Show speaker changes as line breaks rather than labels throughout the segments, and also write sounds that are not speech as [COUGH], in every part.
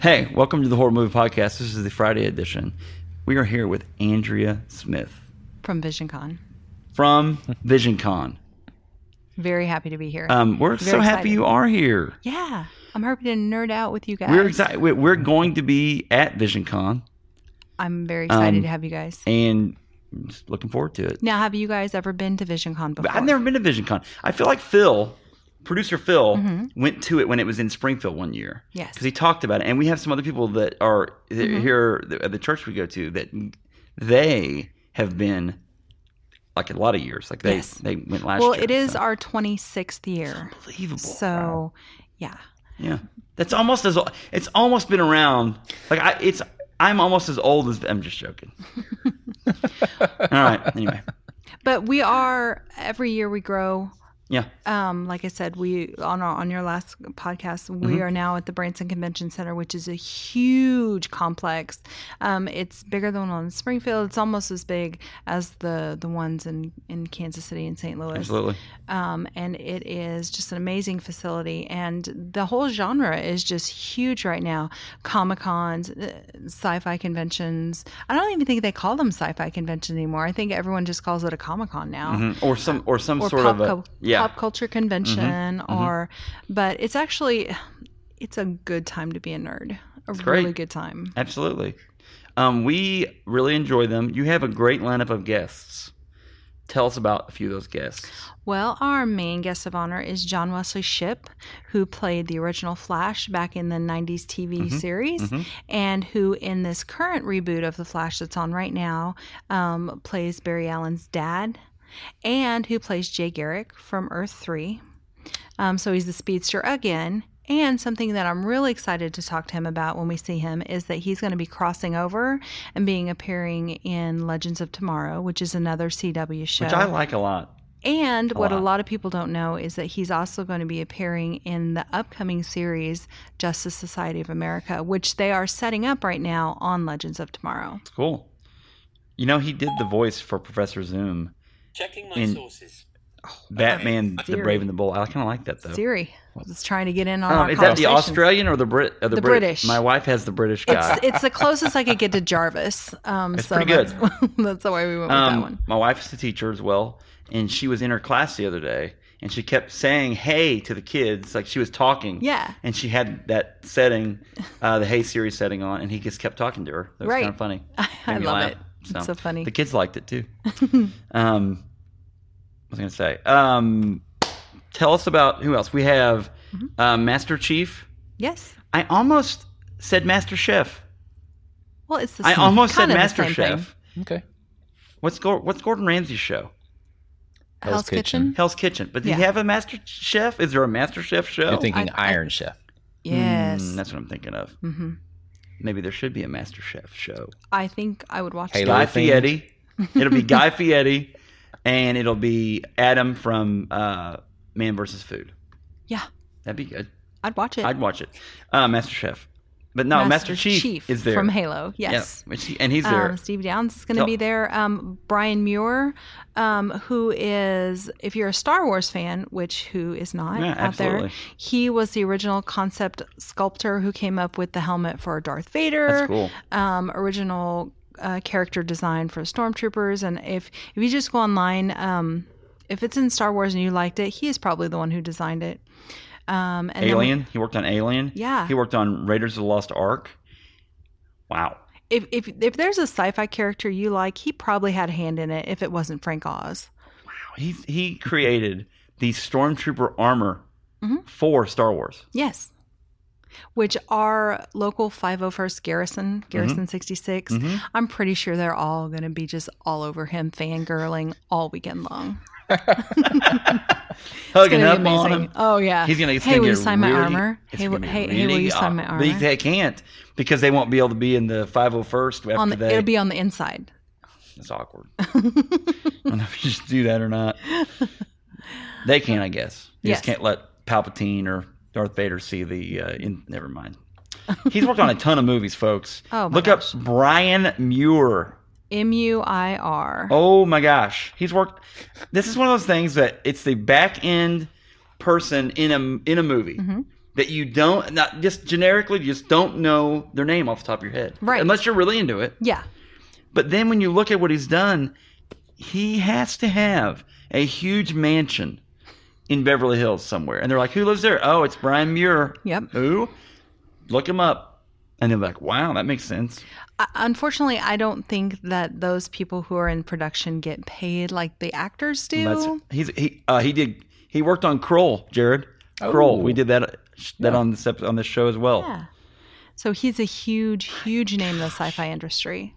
Hey, welcome to the Horror Movie Podcast. This is the Friday edition. We are here with Andrea Smith
from VisionCon. [LAUGHS]
from VisionCon.
Very happy to be here.
Um, we're
Very
so happy
excited.
you are here.
yeah, I'm happy to nerd out with you guys.
We're excited. We're going to be at VisionCon
I'm very excited
Um,
to have you guys.
and I'm just looking forward to it.
Now, have you guys ever been to VisionCon before?
But I've never been to VisionCon. I feel like Phil, producer Phil, went to it when it was in Springfield one year.
Mm-hmm. Yes. Mm-hmm.
because he talked about it, and we have some other people that are that here at the church we go to that they have been like a lot of years. Like they
Yes.
they went last
Well,
year.
it is
so.
our 26th year.
unbelievable.
So, yeah.
yeah, that's almost as it's almost been around. Like I, it's I'm almost as old as I'm just
[LAUGHS]
joking. All right. Anyway,
But we are, every year we grow.
yeah.
Um, like I said, we on our, on your last podcast, we
Mm-hmm.
are now at the Branson Convention Center, which is a huge complex. Um, it's bigger than one in Springfield. It's almost as big as the the ones in in Kansas City and St. Louis.
Absolutely.
um, and it is just an amazing facility. And the whole genre is just huge right now. Comic cons, sci-fi conventions. I don't even think they call them sci-fi conventions anymore. I think everyone just calls it a comic con now.
Mhm. Or some or some
Or
sort
pop,
of a
co-
yeah. Mm-hmm.
pop culture convention, or but it's actually it's a good time to be a nerd. A
great.
really good time.
Absolutely. Um, we really enjoy them. You have a great lineup of guests. Tell us about a few of those guests.
Well, our main guest of honor is John Wesley Shipp, who played the original Flash back in the 90s TV
Mm-hmm.
series, and who in this current reboot of The Flash that's on right now um, plays Barry Allen's dad, and who plays Jay Garrick from Earth 3. Um, so he's the speedster again. And something that I'm really excited to talk to him about when we see him is that he's going to be crossing over and being appearing in Legends of Tomorrow, which is another CW show.
Which I like a lot.
And what
lot.
a lot of people don't know is that he's also going to be appearing in the upcoming series Justice Society of America, which they are setting up right now on Legends of Tomorrow.
It's cool. You know, he did the voice for Professor Zoom,
Checking my
In-
sources.
Batman, The
Siri.
Brave and the Bold. I kind of like that though.
Siri is trying to get in on
Um,
our
is that the
conversation.
Australian or the Brit? Or the,
The
Brit-
British.
My wife has the British guy.
It's, it's the closest I could get to Jarvis. Um,
It's
so
pretty good.
That's, [LAUGHS] that's the way we went with that one. [LAUGHS]
Um, my wife is a teacher as well, and she was in her class the other day, and she kept saying "Hey" to the kids, like she was talking.
Yeah.
And she had that setting, uh, the "Hey" Siri setting on, and he just kept talking to her. That was
Right.
kind of funny.
[LAUGHS] I
Made me
love
laugh.
it. It's so funny.
The kids liked it
[LAUGHS]
too. um, what was I going to say? Um, tell us about who else we have.
Mm-hmm.
Uh, Master Chief.
Yes.
I almost said Master Chef.
Well, it's the
I
[LAUGHS] same,
almost said
kind of the
Master
same
Chef.
thing.
Okay.
What's Gor what's Gordon Ramsay's show?
Hell's
Hell's Kitchen.
Kitchen.
Hell's Kitchen. But do you
Yeah.
have a Master Chef? Is there a Master Chef show?
You're thinking
Oh. I- I-
Iron Chef.
Yes.
Mm, that's what I'm thinking of.
Mhm.
Maybe there should be a Master Chef show.
I think I would watch
Hey,
that.
Guy
Little thing.
Fieri. It'll be
[LAUGHS]
Guy Fieri, and it'll be Adam from uh, Man vs. Food.
Yeah.
That'd be good.
I'd watch it.
I'd watch it. Uh, Master Chef. But no, Oh, Master, Chief, is there.
from Halo. Yes.
Yeah, which he- and he's there.
Um, Steve Downs is going to
Tell-
be there. Um, Brian Muir, um, who is, if you're a Star Wars fan, which who is not
Yeah,
out
absolutely.
there, he was the original concept sculptor who came up with the helmet for Darth Vader.
That's cool.
Um, original uh, character design for stormtroopers, and if if you just go online, um, if it's in Star Wars and you liked it, he is probably the one who designed it. Um, and then we-
Alien. He worked on Alien.
Yeah.
He worked on Raiders of the Lost Ark. Wow.
if if if there's a sci-fi character you like, he probably had a hand in it. If it wasn't Frank Oz,
He he created the stormtrooper armor
Mm-hmm.
for Star Wars.
yes. Which our local 501st Garrison,
Mm-hmm.
Garrison 66, I'm pretty sure they're all going to be just all over him fangirling all weekend long.
Hugging
gonna
up
be
on
amazing.
him.
Oh, yeah.
He's gonna. It's
hey,
gonna
will you
get
sign my
really-
armor?
it's
Hey,
gonna
w-
be
hey, hey,
really
will you sign
odd.
my
But
armor?
he- they can't because they won't be able to be in the 501st after
On the,
they.
it'll be on the inside.
it's awkward.
[LAUGHS]
I don't know if you just do that or not. They can, I guess. You just
Yes.
can't let Palpatine or Darth Vader see the. Uh, in, never mind. He's worked on a ton of movies, folks.
[LAUGHS] Oh, my
Look up Brian Muir.
M U I R.
Oh my gosh, he's worked.
Mm-hmm.
This is one of those things that it's the back end person in a in a movie. that you don't not just generically you just don't know their name off the top of your head.
Right.
Unless you're really into it.
Yeah.
But then when you look at what he's done, he has to have a huge mansion in Beverly Hills somewhere. And they're like, Who lives there? Oh, it's Brian Muir.
Yep.
Who? Look him up. And they're like, Wow, that makes sense.
I- Unfortunately, I don't think that those people who are in production get paid like the actors do.
That's, he's he uh, he did he worked on Kroll, Jared. Kroll.
Oh.
We did that that
Yeah.
on this ep- on this show as well.
yeah. So he's a huge, huge name in the sci-fi industry.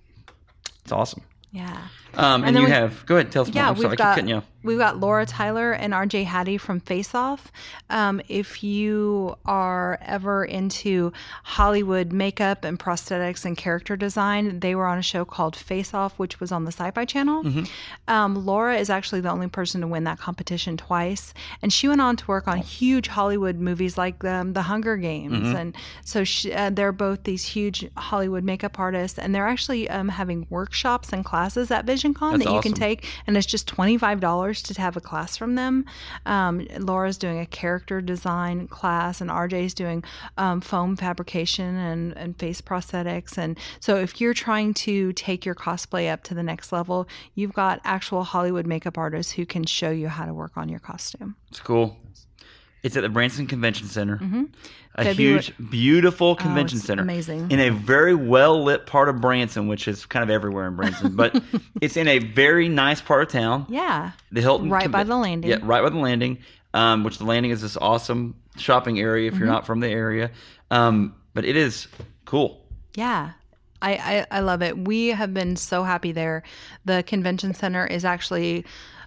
It's awesome.
Yeah.
Um, and,
then
you
we-
have go ahead tell us more.
Yeah,
I'm sorry, I
we've
keep
got
cutting you. off.
we've got Laura Tyler and R.J. Hattie from Face Off. Um, if you are ever into Hollywood makeup and prosthetics and character design, they were on a show called Face Off, which was on the Sci-Fi Channel.
Mm-hmm.
Um, Laura is actually the only person to win that competition twice, and she went on to work on huge Hollywood movies like um, The Hunger Games,
Mm-hmm.
and so she, uh, they're both these huge Hollywood makeup artists, and they're actually um, having workshops and classes at VisionCon
That's
that you can
awesome.
take take, and it's just $25 to have a class from them um, laura's doing a character design class and rj's doing um, foam fabrication and, and face prosthetics and so if you're trying to take your cosplay up to the next level you've got actual hollywood makeup artists who can show you how to work on your costume
It's cool. It's at the Branson Convention Center. A
February-
huge, beautiful convention
Mm-hmm. Oh, it's
center.
amazing.
In a very well lit part of Branson, which is kind of everywhere in Branson,
[LAUGHS]
but it's in a very nice part of town.
yeah
The Hilton.
Right by the landing.
Yeah, right by the landing, um, which the landing is this awesome shopping area if you're
Mm-hmm.
not from the area. Um, but it is cool.
Yeah. I, I, I love it. We have been so happy there. The convention center is actually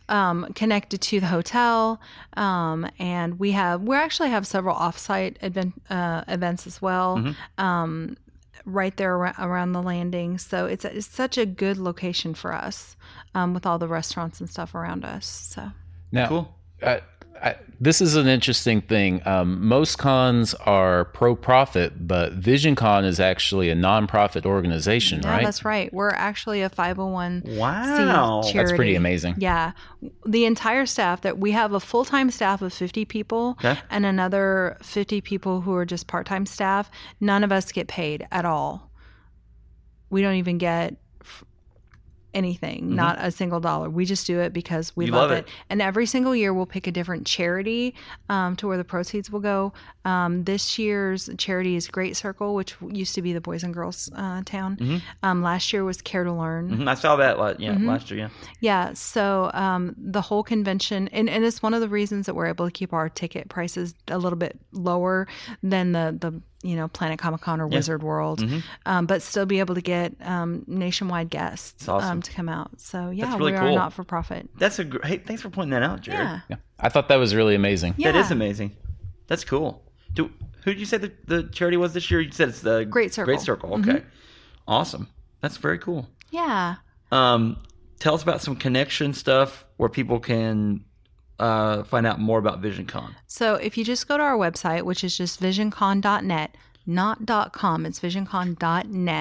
um, connected to the hotel, um, and we have we actually have several offsite event, uh, events as well, um, right there ar- around the landing. So it's it's such a good location for us, um, with all the restaurants and stuff around us. So
Now,
Cool.
I, I, this is an interesting thing. Um, most cons are pro-profit, but VisionCon is actually a non-profit organization,
yeah,
right?
that's right. We're actually a five hundred one [LAUGHS]
Wow.
See,
That's pretty
charity.
amazing.
Yeah. The entire staff that we have a full time staff of 50 people
Okay.
and another 50 people who are just part time staff. None of us get paid at all. We don't even get f- anything, not a single dollar. We just do it because we
You
love,
love
it.
it.
And every single year we'll pick a different charity um, to where the proceeds will go. Um, this year's charity is Great Circle, which used to be the Boys and Girls uh, Town. Um, last year was Care to Learn.
Mhm, I saw that like, yeah,
Mm-hmm.
last year. Yeah.
Yeah, so um, the whole convention, and, and it's one of the reasons that we're able to keep our ticket prices a little bit lower than the, the you know Planet Comic Con or Wizard World,
Mm-hmm.
um, but still be able to get um, nationwide guests
awesome.
um, to come out. So yeah,
really
we
cool.
are not for profit.
That's a gr- hey, thanks for pointing that out, Jared.
Yeah,
Yeah. I thought that was really amazing.
yeah,
That is amazing. That's cool. Do who did you say the, the charity was this year? You said it's the
Great Circle. Mm-hmm.
Great Circle. Okay, awesome. That's very cool.
Yeah.
Um, tell us about some connection stuff where people can uh, find out more about VisionCon.
So if you just go to our website, which is just visioncon.net, not .com, it's visioncon.net.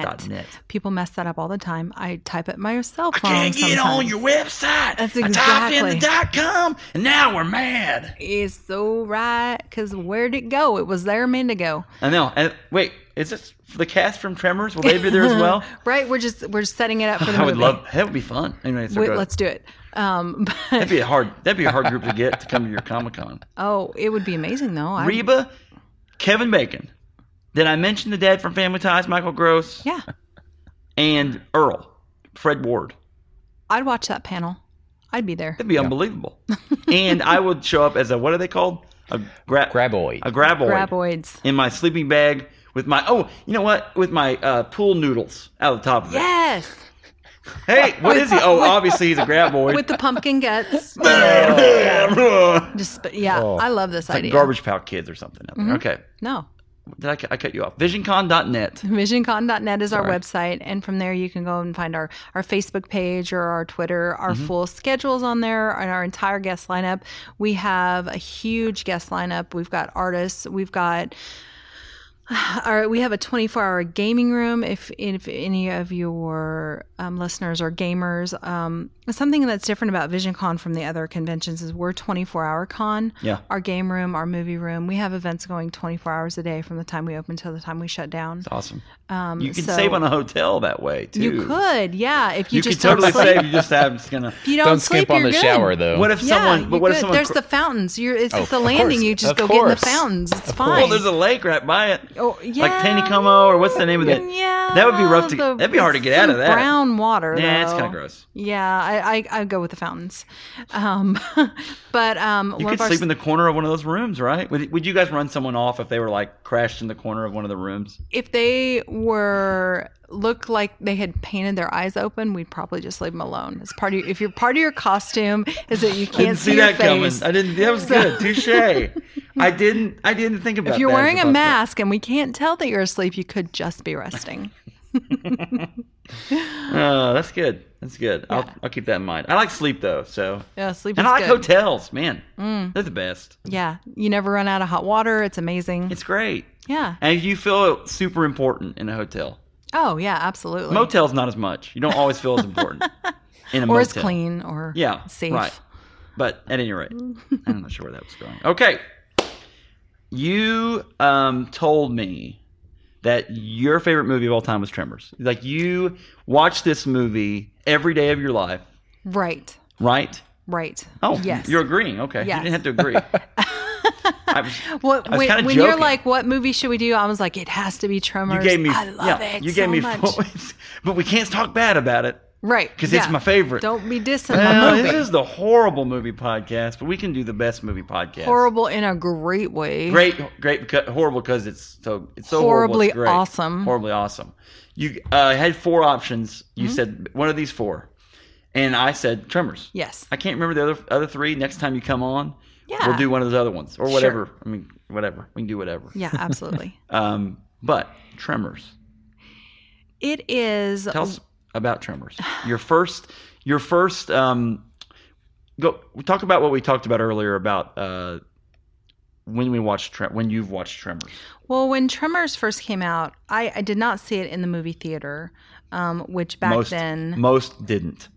Dot net.
People mess that up all the time. I type it myself. wrong sometimes.
website.
That's I typed in the exactly.
dot com, and now we're mad.
It's so right, because where'd it go? It was there a minute ago.
I know. And wait, is this for the cast from Tremors? Will they be
[LAUGHS]
there as well?
Right? We're just we're just setting it up for the
[LAUGHS] I would
movie.
love. That would be fun. Anyway, so
Wait,
go ahead.
let's do it. Um, [LAUGHS] but,
That'd be a hard. That'd be a hard group to get to come to your Comic
[LAUGHS]
Con.
oh, it would be amazing though. I,
Reba, Kevin Bacon. Did I mention the dad from Family Ties, Michael Gross,
yeah,
and Earl, Fred Ward?
I'd watch that panel. I'd be there.
That'd be unbelievable. and I would show up as a what are they called? A gra-
Graboid.
a graboid,
Graboids.
in my sleeping bag with my oh you know what with my uh, pool noodles out of the top of it.
Yes,
Hey, what
[LAUGHS]
is he? Oh, obviously he's a graboid.
with the
[LAUGHS]
pumpkin guts. just but yeah,
Oh.
I love this
Like
idea.
garbage Pail Kids or something. out there.
Mm-hmm.
Okay,
No.
did I, cu- I cut you off? VisionCon.net.
Mm-hmm. VisionCon.net is our website, and from there you can go and find our, our Facebook page or our Twitter. Our full schedule's on there, and our entire guest lineup. [SIGHS] We have a huge guest lineup. We've got artists. We've got All right, we have a 24 hour gaming room. If if any of your um, listeners are gamers, um, something that's different about VisionCon from the other conventions is we're 24 hour con.
Yeah.
Our game room, our movie room, we have events going 24 hours a day from the time we open till the time we shut down.
It's awesome.
Um,
You can
so
save on a hotel that way too.
You could, yeah. If you,
You,
just
could totally
don't sleep,
save. You just have just
[LAUGHS]
gonna.
if you don't,
Don't,
sleep,
skimp on
you're
the
good.
shower though.
What if
Yeah,
someone? But
you're
what if
good.
someone?
There's
cr-
the fountains. You're it's
Oh,
at the
of
landing.
course.
You just
Of
go get in the
course.
fountains. It's fine.
well, oh, there's a lake right by it.
Oh, yeah.
Like Taneycomo or what's the name of that?
Yeah,
That would be rough to-
the-
that'd be hard to
it's
get out
some
of that.
Brown water.
Yeah, it's
though.
kind of gross.
Yeah, I, I I go with the fountains, um, [LAUGHS] but um,
You
one
could
of our
sleep in the corner of one of those rooms, right? Would, would you guys run someone off if they were like crashed in the corner of one of the rooms?
if they were look like they had painted their eyes open, we'd probably just leave them alone. It's part of your, if your part of your costume is that you
I didn't
can't
see,
see, your
that coming.
face.
I didn't. That was
[LAUGHS]
good. Touche. I didn't. I didn't think about.
If you're
that as
wearing a
possibility.
mask and we can't tell that you're asleep, you could just be resting.
Oh, that's good. That's good. I'll,
Yeah.
I'll keep that in mind. I like sleep though, so
Yeah, sleep is
and I like
good. Mm.
hotels. Man, they're the best.
yeah, you never run out of hot water. It's amazing.
It's great,
yeah.
and you feel super important in a hotel.
Oh yeah, absolutely.
Motel's not as much. You don't always feel as
[LAUGHS]
important in a motel.
or it's clean or
Yeah,
safe.
Right. But at any
[LAUGHS]
rate, I'm not sure where that was going. Okay, you um, told me that your favorite movie of all time was Tremors. Like you watch this movie every day of your life,
Right.
right?
Right.
Oh,
yes.
You're agreeing. Okay,
Yes.
you didn't have to
[LAUGHS]
agree. I was,
what,
I was
when
kinda
when you're
joking.
like, what movie should we do? I was like, it has to be Tremors.
you gave me.
I love
yeah,
it.
You
so
gave me. [LAUGHS]
much.
Full, but we can't talk bad about it
right
because it's
yeah.
my favorite.
Don't be dissing
Well,
my
this
movie.
is the horrible movie podcast, but we can do the best movie podcast.
Horrible in a great way.
great, great, beca- horrible because it's so it's so horrible,
Horribly
it's great.
awesome.
horribly awesome. You uh, had four options.
Mm-hmm.
You said one of these four, and I said Tremors.
Yes.
I can't remember the other other three. Next time you come on,
Yeah.
we'll do one of those other ones or whatever. I mean, whatever we can do whatever.
Yeah,
[LAUGHS]
absolutely.
Um, but Tremors.
it is.
Tell us about Tremors. Your first, your first. Um, go talk about what we talked about earlier about uh, when we watched Tre- when you've watched Tremors.
Well, when Tremors first came out, I, I did not see it in the movie theater, um, which back
most [LAUGHS]
then, [LAUGHS]
most didn't.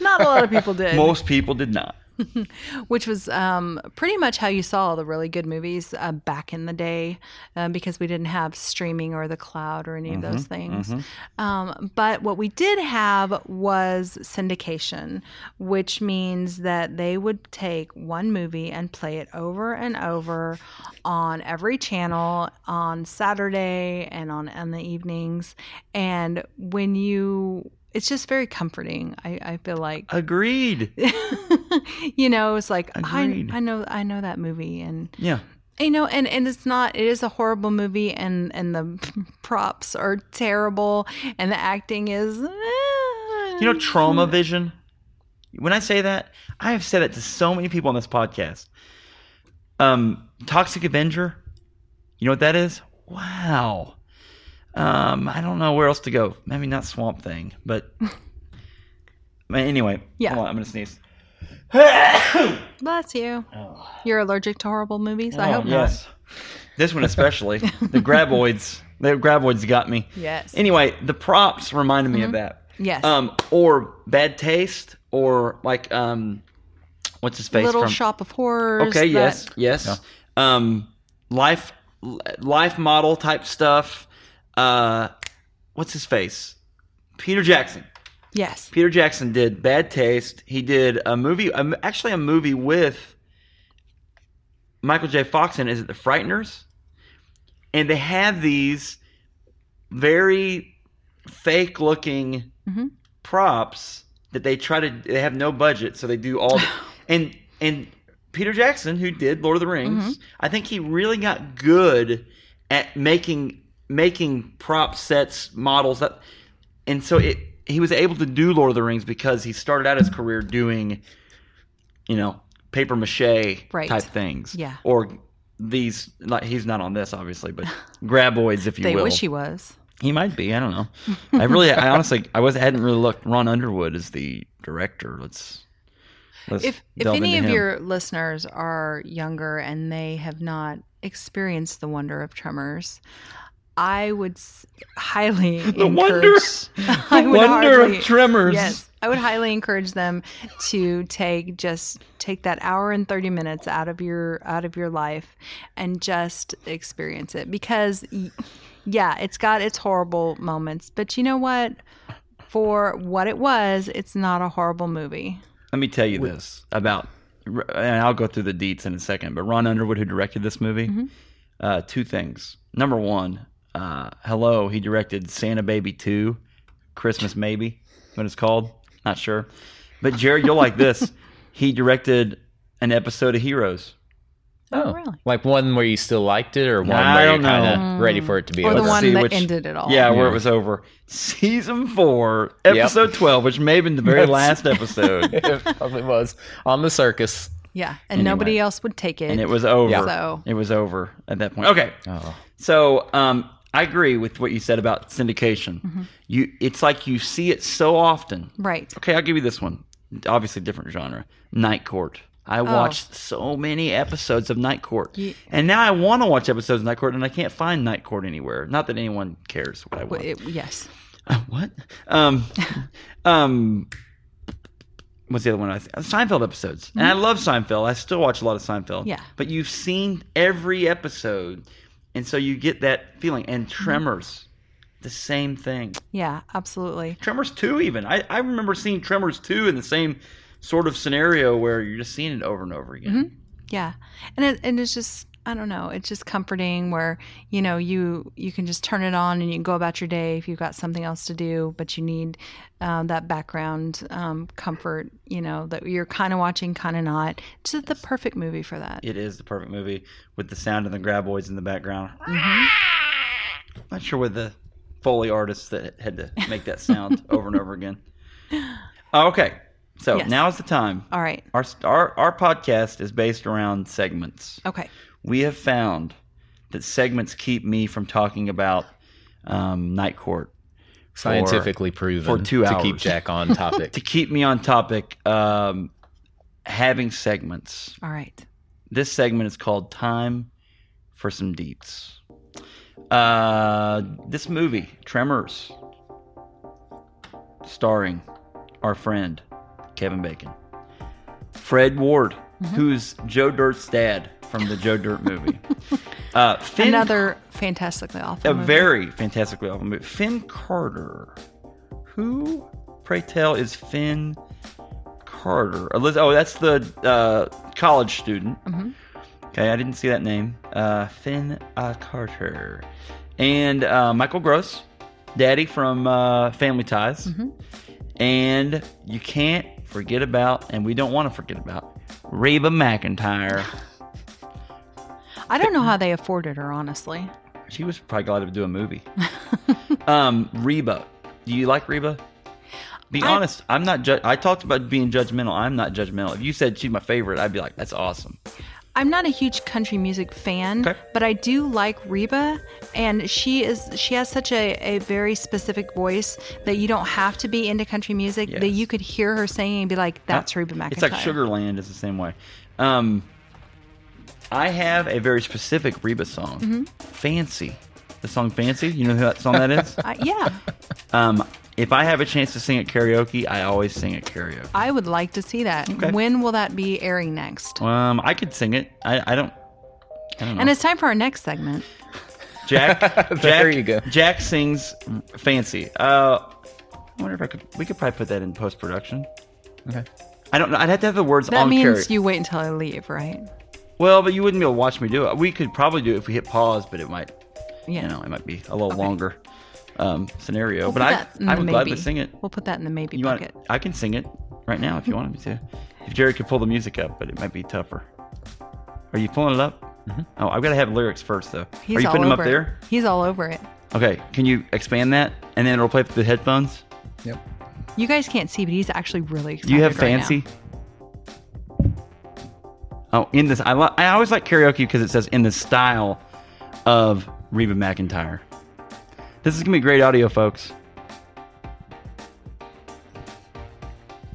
not a lot of people did.
Most people did not.
which was um, pretty much how you saw all the really good movies uh, back in the day um, because we didn't have streaming or the cloud or any of those things. Um, but what we did have was syndication, which means that they would take one movie and play it over and over on every channel on Saturday and on, on the evenings. And when you, it's just very comforting, I, I feel like
Agreed.
[LAUGHS] you know it's like I,
Agreed.
I know i know that movie and
Yeah.
you know and and it's not it is a horrible movie and and the [LAUGHS] props are terrible and the acting is eh,
You know trauma vision. When I say that, I have said it to so many people on this podcast. Um, Toxic Avenger. You know what that is? Wow. Um, I don't know where else to go. Maybe not Swamp Thing, but [LAUGHS] Man, anyway.
Yeah.
Hold on, I'm gonna [COUGHS] sneeze. Oh,
bless you you're allergic to horrible movies i
Oh,
hope not
yes. This one especially. the graboids. The graboids got me.
Yes.
Anyway, the props reminded me of that.
Mm-hmm. Yes.
Um, or bad taste, or like um, what's his face
little
from?
shop of horrors
okay.
that-
yes. Yes. Um, life, life model type stuff. Uh, what's his face? Peter Jackson.
yes
Peter Jackson did Bad Taste. He did a movie, um, actually a movie with Michael J. Fox in. it. Is it The Frighteners? And they had these very fake-looking
Mhm.
props that they try to. They have no budget, so they do all.
[LAUGHS]
the- and and Peter Jackson, who did Lord of the
Mm-hmm.
Rings, I think he really got good at making making prop sets, models that and so it he was able to do Lord of the Rings because he started out his career doing, you know, paper mache
Right.
type things.
Yeah.
Or these like he's not on this obviously, but [LAUGHS] graboids if you
they
will.
wish he was
He might be. I don't know.
[LAUGHS]
I really, I honestly, I was hadn't really looked. Ron Underwood is the director. Let's Let's
if if
delve
any
into
of
him.
your listeners are younger and they have not experienced the wonder of tremors, I would s- highly
[LAUGHS] the
encourage,
wonder,
[LAUGHS] I
the
would
wonder
hardly-
of tremors.
Yes, I would highly encourage them to take just take that hour and 30 minutes out of your out of your life and just experience it because y- yeah, it's got its horrible moments, but you know what? For what it was, it's not a horrible movie.
Let me tell you this about, and I'll go through the deets in a second. But Ron Underwood, who directed this movie,
Mm-hmm.
uh, two things. Number one, uh, hello, he directed Santa Baby Two, Christmas Maybe, what it's called. Not sure, but Jared, you'll like this.
[LAUGHS]
He directed an episode of Heroes.
Oh, really?
Like one where you still liked it, or one
I
where
don't
you're kind
know.
of ready for it to be
Or
over.
the
let's
one
see
that
which-
ended it all.
Yeah, where
Yeah.
it was over. Season four, episode twelve, which may have been the very
That's-
last [LAUGHS] episode,
[LAUGHS] it probably was on the circus.
Yeah, and
Anyway.
nobody else would take it.
and it was over.
So-
It was over at that point. Okay,
Oh,
So um, I agree with what you said about syndication.
Mm-hmm.
You, it's like you see it so often.
right.
Okay, I'll give you this one. Obviously, different genre. Night Court. I watched so many episodes of Night Court,
Oh. Ye-
and now I want to watch episodes of Night Court, and I can't find Night Court anywhere. Not that anyone cares what I
Well,
want.
it- yes.
Uh, what? Um, um, what's the other one? I th- Seinfeld episodes, and I love Seinfeld. I still watch a lot of Seinfeld.
Yeah.
but you've seen every episode, and so you get that feeling. And Tremors, the same thing.
Yeah, absolutely.
Tremors two, even I I remember seeing Tremors two in the same sort of scenario where you're just seeing it over and over again.
Yeah. And it, and it's just I don't know, it's just comforting where, you know, you you can just turn it on and you can go about your day if you've got something else to do, but you need um, that background um, comfort, you know, that you're kind of watching, kind of not. It's just the perfect movie for that.
It is the perfect movie with the sound of the graboids in the background. Not sure with the Foley artists that had to make that sound over and over again. Okay, so
Yes.
now is the time.
All right.
Our, our our podcast is based around segments.
Okay.
We have found that segments keep me from talking about um, Night Court
scientifically proven
for two
to keep
hours.
Jack
[LAUGHS]
on topic.
to keep me on topic. Um, having segments.
All right.
This segment is called Time for Some Deets. Uh, this movie, Tremors, starring our friend Kevin Bacon, Fred Ward, who's Joe Dirt's dad from the Joe Dirt movie. uh, Finn,
Another fantastically awful
a
movie.
very fantastically awful movie. Finn Carter, who, pray tell, is Finn Carter? Eliz- Oh, that's the uh, college student.
Mhm.
Okay, I didn't see that name. Uh, Finn uh, Carter. And uh, Michael Gross, daddy from uh, Family Ties. And you can't forget about, and we don't want to forget about, Reba McIntyre.
I don't know how they afforded her, honestly.
She was probably glad to do a movie. [LAUGHS] um, Reba, do you like Reba? Be
I-
honest. I'm not. Ju- I talked about being judgmental. I'm not judgmental. If you said she's my favorite, I'd be like, that's awesome.
I'm not a huge country music fan,
Okay.
but I do like Reba, and she is she has such a, a very specific voice that you don't have to be into country music that
Yes.
you could hear her singing and be like, "That's Reba McIntyre."
It's like Sugarland is the same way. Um, I have a very specific Reba song,
Mm-hmm.
"Fancy." The song "Fancy." You know who that song that is?
[LAUGHS] I,
[LAUGHS]
yeah,
um, if I have a chance to sing at karaoke, I always sing at karaoke.
I would like to see that.
Okay.
When will that be airing next?
Um, I could sing it. I, I don't. I don't know.
And it's time for our next segment.
Jack,
[LAUGHS] There
Jack-
you go.
Jack sings "Fancy." Uh, I wonder if I could. We could probably put that in post production. [LAUGHS]
Okay.
I don't know. I'd have to have the words
That
on
means
carry.
you wait until I leave, right?
well, but you wouldn't be able to watch me do it. We could probably do it if we hit pause, but it might,
Yeah.
you know, it might be a little longer um, scenario.
We'll
but
put
I,
that in
I
the
would gladly
maybe.
sing it.
We'll put that in the maybe
You want?
bucket.
I can sing it right now if you wanted me to. If Jerry could pull the music up, but it might be tougher. Are you pulling it up?
Mm-hmm.
Oh, I've got to have lyrics first though.
He's
Are you
all
putting
over
them up
it.
there?
He's all over it.
Okay, can you expand that and then it'll play through the headphones?
Yep.
You guys can't see, but he's actually really excited.
Do you have
right now.
fancy? Oh, in this, I, lo- I always like karaoke because it says in the style of Reba McIntyre. This is gonna be great audio, folks.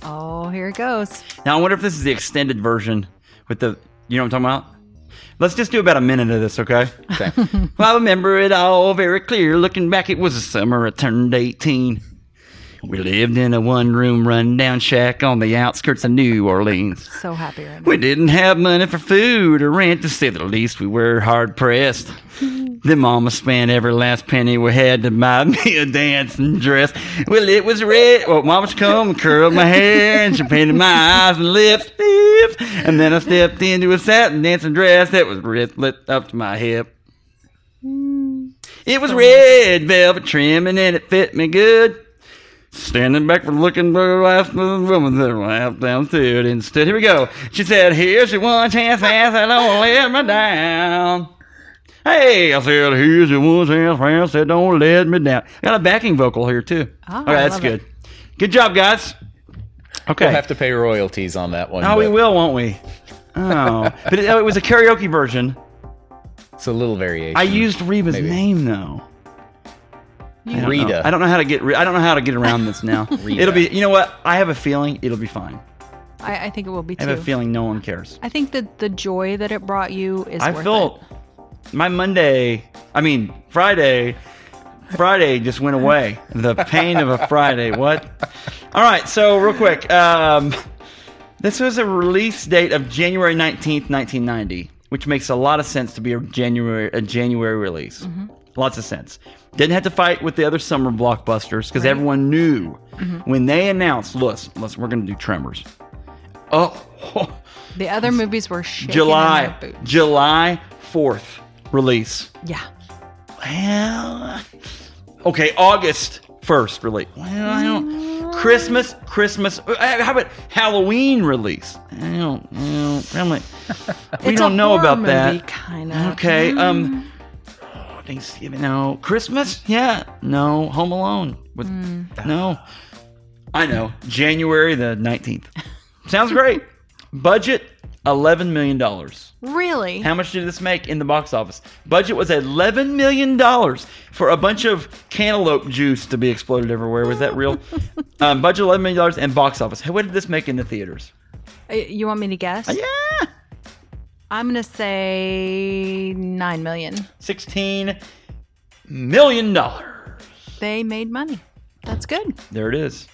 Oh Oh, here it goes.
Now I wonder if this is the extended version with the you know what I'm talking about? Let's just do about a minute of this,
[LAUGHS]
okay?
Okay.
well, I remember it all very clear. Looking back, it was the summer I turned 18. We lived in a one room rundown shack on the outskirts of New Orleans.
So happy right
[LAUGHS]
now.
We didn't have money for food or rent, to say the least. We were hard pressed. then Mama spent every last penny we had to buy [LAUGHS] me a dancing dress. Well, it was red. Well, Mama's come and curled my hair and she painted my eyes and lips, lips. And then I stepped into a satin dancing dress that was red lit up to my hip. It was red velvet trimming and it fit me good. Standing back from looking for the last little woman that laughed down through it. Instead, here we go. She said, Here's your one chance, ass, that don't let me down. Hey, I said, Here's your one chance, ass, that don't let me down. Got a backing vocal here, too.
Ah,
okay,
I
that's
love
good.
it.
Good job, guys. Okay.
We'll have to pay royalties on that one.
oh, we
but
will, won't we?
[LAUGHS]
Oh. but it, oh, it was a karaoke version.
It's a little variation.
I used Reba's
Maybe.
name, though. I don't know.
Rita.
I don't know how to get. re- I don't know how to get around this now.
[LAUGHS] Rita.
It'll be. You know what? I have a feeling it'll be fine.
I, I think it will be
I
too.
have a feeling no one cares.
I think that the joy that it brought you is
I
worth
felt my Monday. I mean Friday. Friday just went away. The pain of a Friday. What? All right. So real quick. Um, this was a release date of January nineteenth, nineteen ninety, which makes a lot of sense to be a January a January release.
Mm-hmm.
Lots of sense. Didn't have to fight with the other summer blockbusters because everyone knew
Mm-hmm.
when they announced, "Listen, listen, we're going to do Tremors." Oh. [LAUGHS]
it. The other movies were shaking in
July
their boots.
July 4th release.
Yeah.
Well, okay, August 1st release. Well, I don't. Christmas, Christmas. uh, How about Halloween release? I don't. I don't I'm
[LAUGHS]
like, we
It's a
don't know
horror
about
movie, Mm.
that.
Kind of.
Okay. Um. oh, Thanksgiving. No. Christmas. Yeah. No. Home Alone. With
Mm.
no. I know. January the nineteenth. Sounds
[LAUGHS]
great. Budget eleven million dollars.
Really?
How much did this make in the box office? Budget was eleven million dollars for a bunch of cantaloupe juice to be exploded everywhere. Was that real? um, budget eleven million dollars and box office. What did this make in the theaters?
Uh, You want me to guess?
Yeah,
I'm gonna say nine million.
sixteen million dollars.
They made money. That's good.
There it is.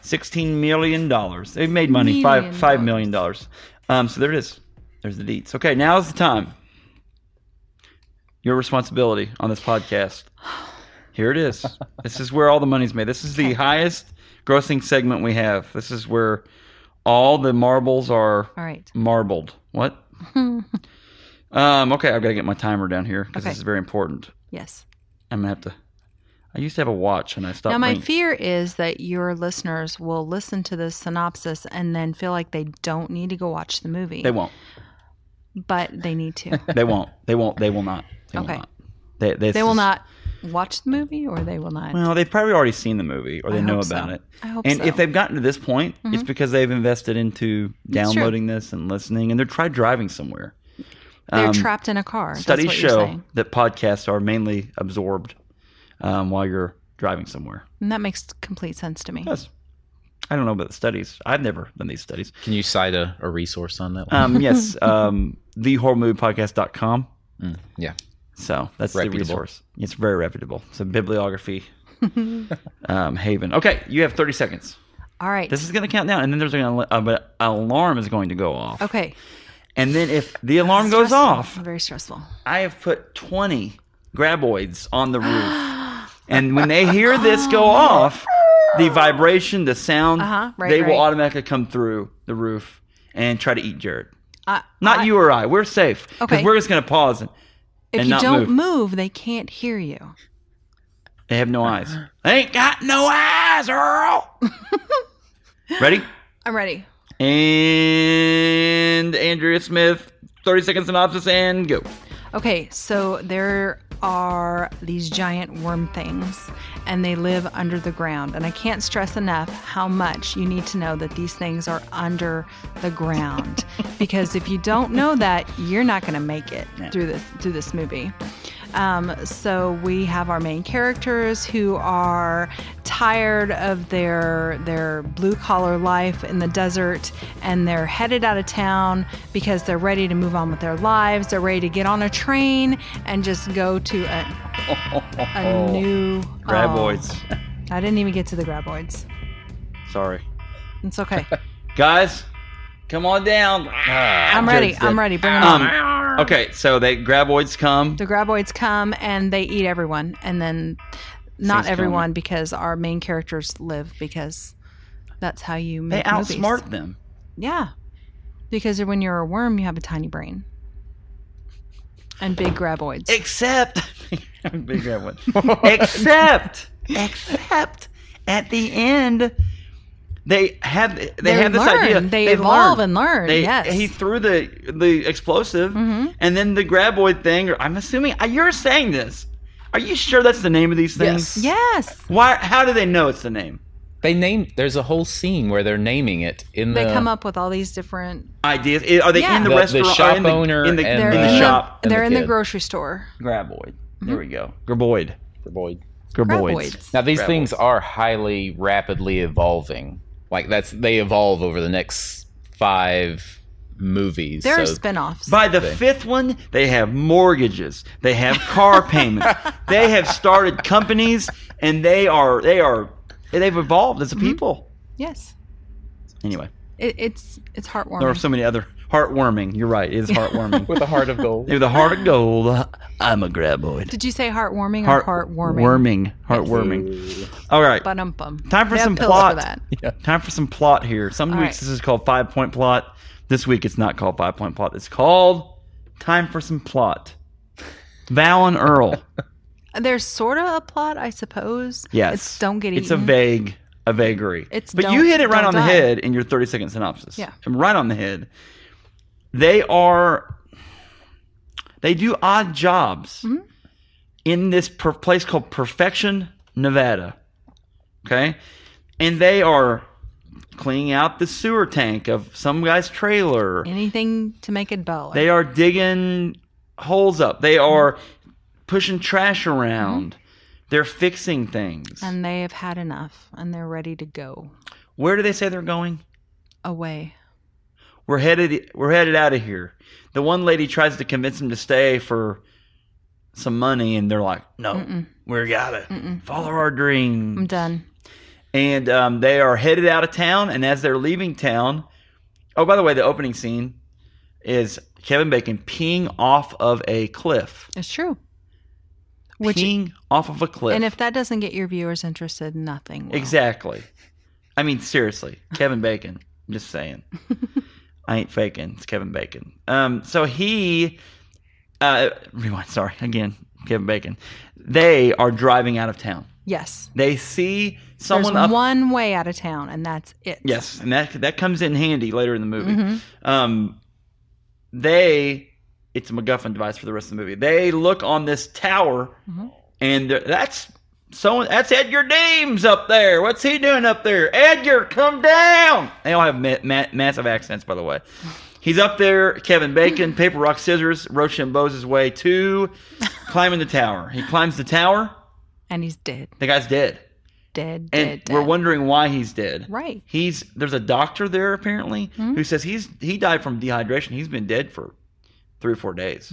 Sixteen million dollars. They made money. Five
Million
five million dollars. Um, so there it is. There's the deets. Okay, now's the time. Your responsibility on this podcast. Here it
[LAUGHS]
is. this is where all the money's made. This is the highest grossing segment we have. This is where all the marbles are
All right.
marbled.
[LAUGHS]
What? um, okay, I've got to get my timer down here because
Okay.
this is very important.
Yes.
I'm gonna have to. I used to have a watch and I stopped.
now, my
bringing-
fear is that your listeners will listen to this synopsis and then feel like they don't need to go watch the movie,
They won't.
but they need
[LAUGHS]
to.
They won't. They won't. They will not. They
Okay.
Will not. They, this
they will
is-
not watch the movie, or they will not.
Well, they've probably already seen the movie or they
I
know
hope so.
about it.
I hope
and
so. Mm-hmm.
if they've gotten to this point, it's because they've invested into
true.
downloading this and listening, and they're tried driving somewhere.
They're
um,
trapped in a car. That's
Studies
what you're
show
saying.
that podcasts are mainly absorbed um, while you're driving somewhere.
And that makes complete sense to me.
Yes. I don't know about the studies. I've never done these studies.
Can you cite a, a resource on that one?
[LAUGHS]
Um, yes, um, thehorrormoviepodcast.com.
yeah.
So that's the
Reputable.
resource. It's very reputable. It's a
[LAUGHS]
bibliography um, haven. Okay, you have 30 seconds.
All right.
This is going to count down, and then there's going to uh, but an alarm is going to go off.
okay.
And then if the alarm goes
Stressful.
off,
Very stressful.
I have put 20 graboids on the roof.
[GASPS]
and when they hear this go off, the vibration, the sound,
Uh-huh, right,
they will
right.
automatically come through the roof and try to eat Jared.
I,
Not
Uh, I-
you or I. We're safe because
Okay.
we're just going to pause and
If
and
you
not
don't
move.
they can't hear you.
They have no eyes.
Uh-huh.
They ain't got no eyes, Earl.
[LAUGHS]
Ready?
I'm ready.
And Andrea Smith, 30 second synopsis and go.
Okay, so there are these giant worm things and they live under the ground. And I can't stress enough how much you need to know that these things are under
[LAUGHS]
the ground because if you don't know that, you're not going to make it through this through this movie. Um, so we have our main characters who are tired of their their blue collar life in the desert, and they're headed out of town because they're ready to move on with their lives. They're ready to get on a train and just go to a,
[LAUGHS]
a new [LAUGHS]
Graboids.
Oh, I didn't even get to the graboids.
Sorry. [LAUGHS]
It's okay.
Guys, come on down.
I'm ready.
Judge
I'm
said.
ready. Bring 'em on.
Um, okay, so they graboids come.
The graboids come and they eat everyone, and then
Seems
not
kinda-
everyone because our main characters live because that's how you
They
make movies.
outsmart them.
Yeah, because when you're a worm, you have a tiny brain and big graboids.
Except, [LAUGHS] big red one.
[LAUGHS]
except, except at the end, they have they
They
have this
learn.
idea.
They
They've
evolve
learned.
and learn,
They,
yes.
he threw the the explosive, and then the graboid thing. Or I'm assuming uh, you're saying this. Are you sure that's the name of these things?
Yes.
yes,
Why? How do they know it's the name?
They name. There's a whole scene where they're naming it in
they
the.
come up with all these different.
Ideas? I- Are they
Yeah.
in the,
The- the
restaurant? or
shop
in the,
owner
in the,
and
They're
in the
the-
shop.
they're in the
kid.
grocery store.
Graboid. There we go. Graboid.
Boyd.
Graboids.
Graboids.
Now these
Rebels.
things are highly rapidly evolving. Like that's they evolve over the next five movies.
There are
so
spin-offs.
By the fifth one, they have mortgages, they have car payments, they have started companies, and they are they are they've evolved as a people.
yes,
Anyway,
it, it's it's heartwarming.
there are so many other heartwarming. You're right, it is heartwarming.
[LAUGHS] with a heart of
[LAUGHS]
gold.
With the heart of gold, I'm a graboid.
Did you say heartwarming
Heart-
or heartwarming?
Warming. Heartwarming. All right.
Bum bum.
Time for some
pills
plot.
For that.
Time for some plot here. Some
All
weeks this
right.
is called five point plot. This week it's not called five point plot. It's called Time for Some Plot. Val and Earl.
There's sort of a plot, I suppose.
Yes.
It's don't get eaten.
It's a vague a vagary.
It's
but
don't-
you hit it right
don't
on the
die.
head in your 30 second synopsis.
Yeah.
Right on the head. They are they do odd jobs
Mm-hmm.
in this per- place called Perfection, Nevada. Okay? And they are cleaning out the sewer tank of some guy's trailer.
Anything to make it dollar.
They are digging holes up. They are pushing trash around.
Mm-hmm.
They're fixing things.
and they have had enough and they're ready to go
Where do they say they're going?
away.
We're headed we're headed out of here. The one lady tries to convince him to stay for some money and they're like, "No. We're gotta follow our dream."
I'm done.
And um, they are headed out of town and as they're leaving town, oh by the way, the opening scene is Kevin Bacon peeing off of a cliff.
It's true. Which
peeing off of a cliff.
and if that doesn't get your viewers interested, nothing. will.
Exactly. I mean, seriously, Kevin Bacon. I'm just saying. I ain't faking. It's Kevin Bacon. Um, so he, uh, rewind. Sorry again, Kevin Bacon. They are driving out of town.
Yes.
They see
There's
someone up.
one way out of town and that's it.
yes, and that that comes in handy later in the movie.
Mm-hmm.
Um, they, it's a MacGuffin device for the rest of the movie. They look on this tower,
Mm-hmm.
and they're- that's so. That's Edgar Deems up there. What's he doing up there? Edgar, come down. They all have ma- ma- massive accents, by the
[LAUGHS]
way. He's up there. Kevin Bacon, paper, rock, scissors. Rochambeau's his way
[LAUGHS]
to climbing the tower. He climbs the tower.
And he's dead.
The guy's dead
Dead, dead,
and
dead.
we're wondering why he's dead.
Right.
He's there's a doctor there apparently who says he's he died from dehydration. He's been dead for three or four days.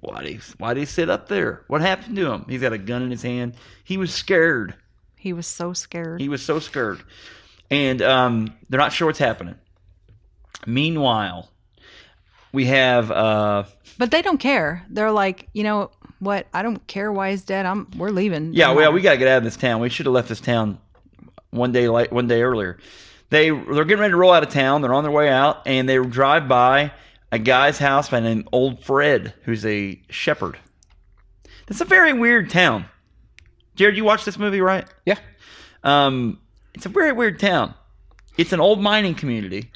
Why did he, why did he sit up there? What happened to him? He's got a gun in his hand. He was scared.
he was so scared.
He was so scared, and um, they're not sure what's happening. Meanwhile, we have uh,
but they don't care. They're like, you know what? I don't care why he's dead. I'm we're leaving.
Yeah, well, we got to get out of this town. We should have left this town one day late, one day earlier. They they're getting ready to roll out of town. They're on their way out, and they drive by a guy's house by the name Old Fred, who's a shepherd. It's a very weird town. Jared, you watched this movie, right?
Yeah.
Um, it's a very weird town. It's an old mining community.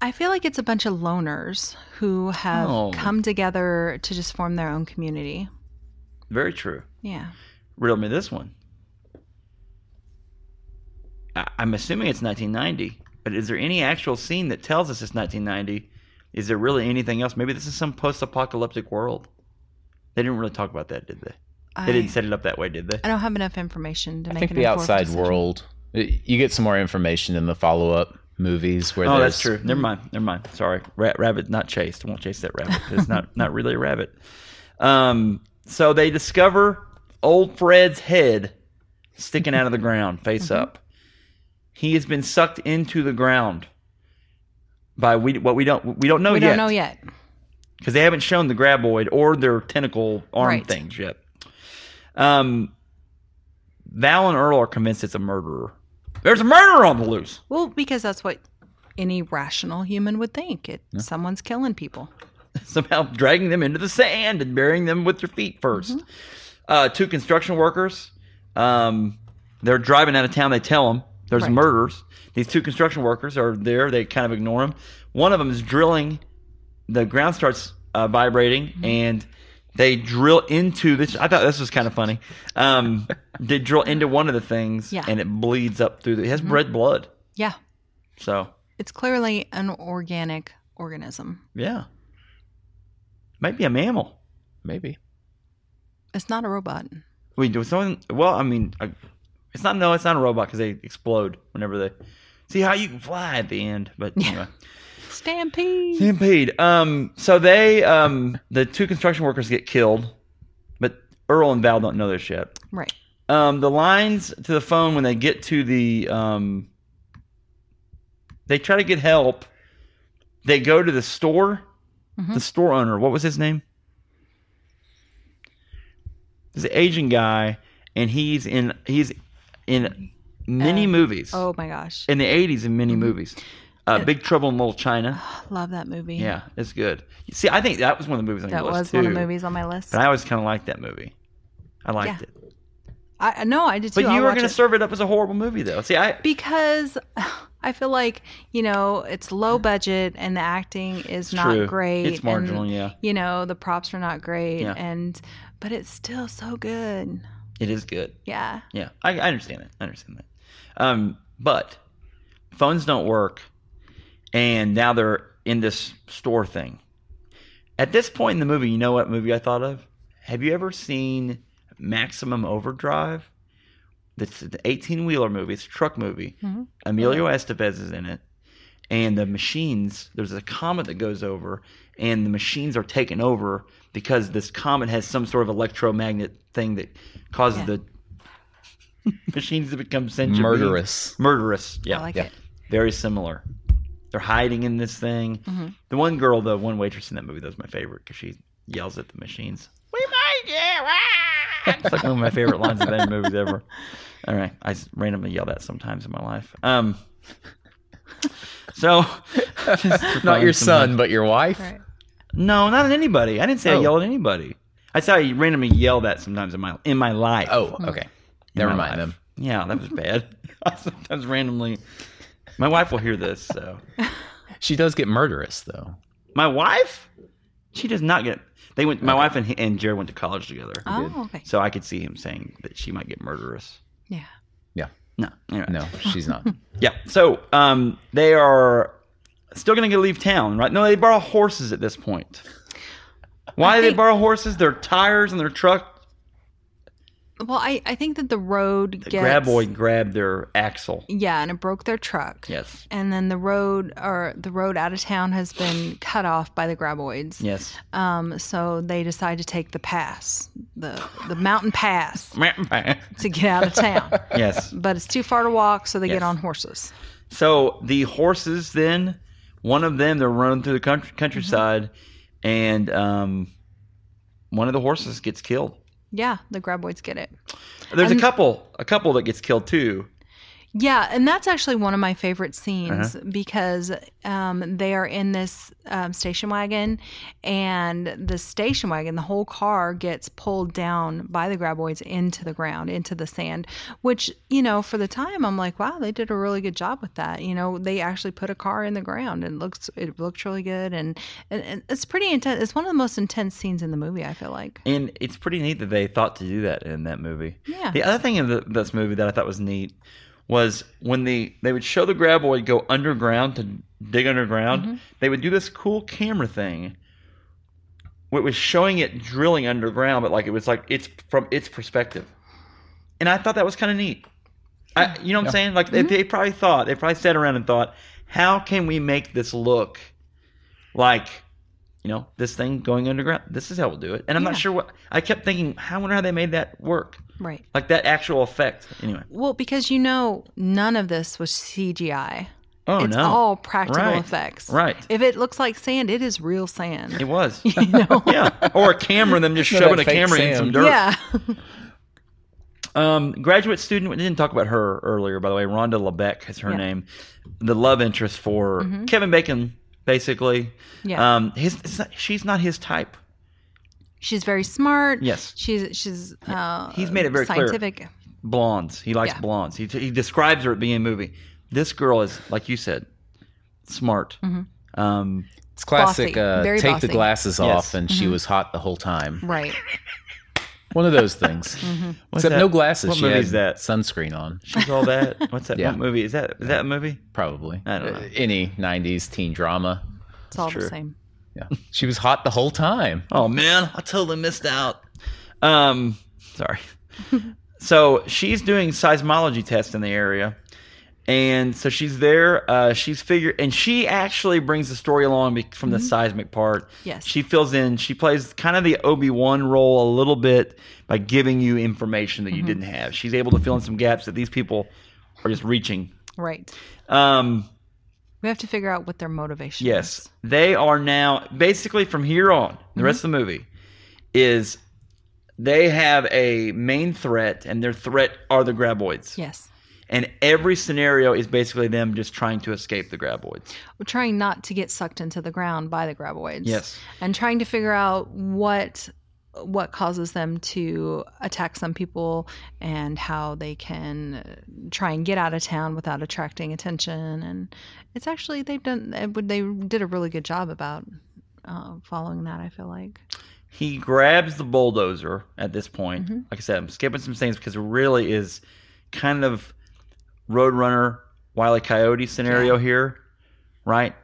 I feel like it's a bunch of loners who have
Oh.
come together to just form their own community.
Very true.
Yeah.
Riddle me this one. I- I'm assuming it's 1990, but is there any actual scene that tells us it's 1990? Is there really anything else? Maybe this is some post-apocalyptic world. They didn't really talk about that, did they?
I,
They didn't set it up that way, did they?
I don't have enough information to
I
make
think
an
the
informed
outside
decision.
world, y- you get some more information in the follow up movies where
Oh,
there's
that's true. Never mind. Never mind. Sorry. Ra- rabbit not chased. I won't chase that rabbit. 'cause It's not not really a rabbit. Um, so they discover old Fred's head sticking out of the ground, face
Mm-hmm.
up. He has been sucked into the ground by we what we don't we don't know
We
yet
don't know yet.
because they haven't shown the graboid or their tentacle arm
Right.
things yet. Um, Val and Earl are convinced it's a murderer. There's a murderer on the loose.
Well, because that's what any rational human would think. It someone's killing people.
somehow dragging them into the sand and burying them with their feet 1st
Mm-hmm.
Uh, two construction workers, um, they're driving out of town. They tell them there's
Right.
murders. These two construction workers are there. They kind of ignore them. One of them is drilling. The ground starts uh, vibrating
Mm-hmm.
and they drill into this. I thought this was kind of funny.
[LAUGHS]
Um, they drill into one of the things
Yeah. Mm-hmm.
and it bleeds up through the. It has red blood.
Yeah.
So,
It's clearly an organic organism.
yeah. Might be a mammal.
maybe.
It's not a robot.
Wait, do someone? Well, I mean, I, it's not no, it's not a robot because they explode whenever they see how you can fly at the end. But anyway,
Stampede.
stampede. Um, so they um the two construction workers get killed, but Earl and Val don't know this yet.
Right.
Um, the lines to the phone when they get to the um, they try to get help. They go to the store,
Mm-hmm.
the store owner. What was his name? This Asian guy, and he's in he's in many movies
Oh Mm-hmm. my gosh.
in the eighties in many movies. Uh, Big Trouble in Little China.
Love that movie.
Yeah, it's good. See, I think that was one of the movies on
That
your list
was one of the
too.
movies on my list.
But I always kind of liked that movie. I liked
Yeah.
it.
I no, I did too.
But
I'll
you were
watch
going to
it.
serve it up as a horrible movie, though. See, I
because [SIGHS] I feel like you know it's low budget and the acting is not
true.
great.
Mm. It's marginal,
and,
yeah.
You know the props are not great,
Yeah.
and but it's still so good.
it is good.
Yeah,
Yeah, I, I understand that. I understand that. Um, but phones don't work, and now they're in this store thing. At this point in the movie, you know what movie I thought of? Have you ever seen Maximum Overdrive? That's the eighteen wheeler movie. It's a truck movie.
Mm-hmm.
Emilio Estevez is in it, and the machines. There's a comet that goes over, and the machines are taken over because this comet has some sort of electromagnet thing that causes
Yeah.
the
[LAUGHS]
machines to become sentient beings.
Murderous.
Murderous. Yeah.
I like
yeah.
it.
Very similar. They're hiding in this thing. The one girl, the one waitress in that movie, that was my favorite because she yells at the machines. We made you. ah!" It's like one of my favorite lines of any movies ever. All right, I s- randomly yell that sometimes in my life. Um, so just for
[LAUGHS] Not
fun
your
sometimes.
son, but your wife.
Right.
No, not at anybody. I didn't say I
Oh.
yell at anybody. I say I randomly yell that sometimes in my in my life.
Oh, okay.
in
Never
my
mind
life.
them.
Yeah, that was bad. [LAUGHS] I sometimes randomly. My wife will hear this, so
She does get murderous though.
My wife? She does not get. They went. My wife and and Jared went to college together.
Oh, okay.
So I could see him saying that she might get murderous.
Yeah.
Yeah.
No. Anyway.
No, she's not.
[LAUGHS]
Yeah. So um, they are still going to leave town, right? No, they borrow horses at this point. Why do they
think-
borrow horses? Their tires and their truck.
Well, I, I think that the road
The
gets
graboid grabbed their axle.
Yeah, and it broke their truck.
Yes.
And then the road or the road out of town has been cut off by the graboids.
Yes.
Um, so they decide to take the pass, the the mountain pass, Uh,
[LAUGHS] yes.
to get out of town.
[LAUGHS]
But it's too far to walk, so they
Yes.
get on horses.
So the horses, then one of them, they're running through the country, countryside, and um, one of the horses gets killed.
Yeah, the graboids get it.
There's a couple, a couple that gets killed too.
Yeah, and that's actually one of my favorite scenes because um, they are in this um, station wagon, and the station wagon, the whole car gets pulled down by the graboids into the ground, into the sand. Which you know, for the time, I'm like, wow, they did a really good job with that. You know, they actually put a car in the ground, and it looks it looks really good, and, and, and it's pretty intense. It's one of the most intense scenes in the movie. I feel like.
And it's pretty neat that they thought to do that in that movie.
Yeah.
The other thing in the, this movie that I thought was neat was when the they would show the graboid go underground to dig underground. They would do this cool camera thing where it was showing it drilling underground, but like it was like it's from its perspective, and I thought that was kind of neat. I, you know what I'm saying? Like they, they probably thought they probably sat around and thought, how can we make this look like you know this thing going underground? This is how we'll do it. And I'm not
Yeah.
sure what I kept thinking. I wonder how they made that work,
Right.
like that actual effect. Anyway,
Well, because you know, none of this was CGI.
oh
it's
no,
all practical
Right.
effects.
Right.
If it looks like sand, it is real sand.
[LAUGHS] It was.
[LAUGHS]
yeah. Or a camera and them just
No,
shoving
that
a
fake
camera in
sand.
some [LAUGHS] dirt.
Yeah.
Um, graduate student, we didn't talk about her earlier, by the way. Rhonda LeBeck is her
Yeah. Mm-hmm.
name. The love interest for Kevin Bacon, basically.
Yeah.
Um, his, it's not- she's not his type.
she's very smart.
Yes.
She's she's uh
He's made it very clear.
scientific.
Blondes. He likes
Yeah.
blondes. He, he describes her at being a movie. This girl is, like you said, smart.
Mm-hmm.
Um,
It's classic.
Bossy.
Uh,
Very
take
bossy. Mm-hmm.
the glasses off,
Yes.
and she was hot the whole
[LAUGHS]
time.
Right.
One of those things.
Mm-hmm.
what's
Except
that-
no glasses.
What
she
movie
had
is that?
Sunscreen on,
She's all that. [LAUGHS] What's that?
Yeah.
What movie is that? Is that a movie?
probably.
I don't know.
Uh, Any '90s teen drama.
It's all
true.
the same.
Yeah, she was hot the whole time.
Oh man, I totally missed out. Um, [LAUGHS] sorry. so she's doing seismology tests in the area, and so she's there. Uh, she's figure, and she actually brings the story along be- from the seismic part.
Yes.
she fills in. She plays kind of the Obi Wan role a little bit by giving you information that you didn't have. She's able to fill in some gaps that these people are just reaching.
Right.
Um,
We have to figure out what their motivation is.
Yes. Mm-hmm. They are now basically from here on, the rest of the movie is they have a main threat and their threat are the graboids.
Yes.
And every scenario is basically them just trying to escape the graboids.
We're trying not to get sucked into the ground by the graboids.
Yes.
And trying to figure out what what causes them to attack some people and how they can uh, try and get out of town without attracting attention and it's actually they've done uh, they did a really good job about uh, following that i feel like
He grabs the bulldozer at this point. Like I said, I'm skipping some things because it really is kind of Roadrunner Wiley Coyote scenario here, right?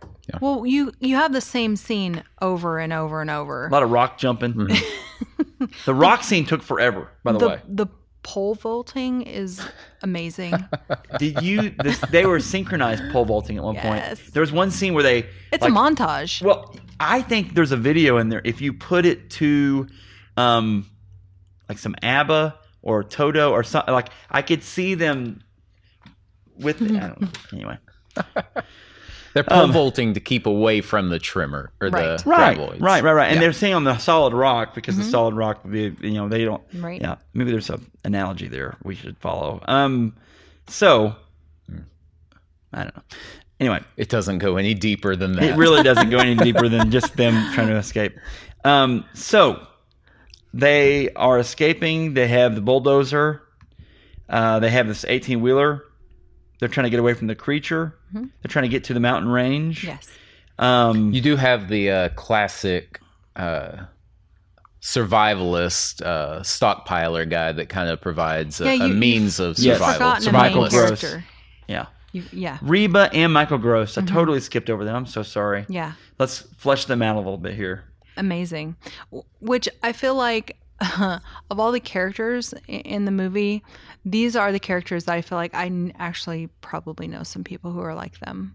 well you you have the same scene over and over and over
A lot of rock jumping. [LAUGHS] the rock scene took forever, by Mm-hmm. the way.
the pole vaulting is amazing
[LAUGHS] Did you? This, they were synchronized pole vaulting at one
Yes.
point. There was one scene where they.
it's
like-
a montage
Well, I think there's a video in there. If you put it to, um, like some ABBA or Toto or something, like I could see them with. I don't
[LAUGHS]
know. Anyway,
They're
Um,
pole vaulting to keep away from the trimmer or
Right.
the
right,
graboids.
right, right, right. And
Yeah.
they're saying on the solid rock because the solid rock would be, you know, they don't.
Mm-hmm. Right.
Yeah. Maybe there's some analogy there we should follow. Um. So. I don't know. Anyway.
It doesn't go any deeper than that.
It really doesn't go
[LAUGHS]
any deeper than just them trying to escape. Um, so they are escaping. They have the bulldozer. Uh, they have this 18 wheeler. They're trying to get away from the creature.
Mm-hmm.
They're trying to get to the mountain range.
yes
Um,
You do have the uh, classic uh, survivalist uh, stockpiler guy that kind of provides a,
Yeah, you-
a
you've-
means of
Yes.
survival.
forgotten a main
Survival gross.
character
yeah.
you, yeah
Reba and Michael Gross. I
Mm-hmm.
totally skipped over them. I'm so sorry.
yeah
Let's flesh them out a little bit here.
amazing W- which i feel like [LAUGHS] of all the characters i- in the movie these are the characters that i feel like i n- actually probably know some people who are like them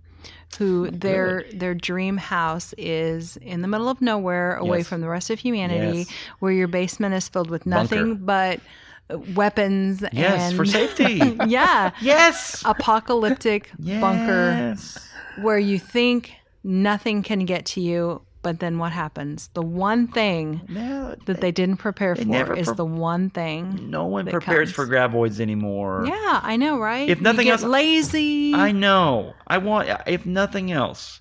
who their their dream house is in the middle of nowhere away
Yes.
from the rest of humanity
Yes.
where your basement is filled with nothing but uh, weapons
Yes,
and [LAUGHS]
for safety.
yeah
yes. [LAUGHS]
apocalyptic bunker
Yes.
where you think nothing can get to you, but then what happens? The one thing
No,
that they didn't prepare for
never
is
pre-
the one thing.
no one
that
prepares
comes.
for graboids anymore.
Yeah, I know, right?
If
You
nothing
get
else-
lazy.
I know. I want, if nothing else,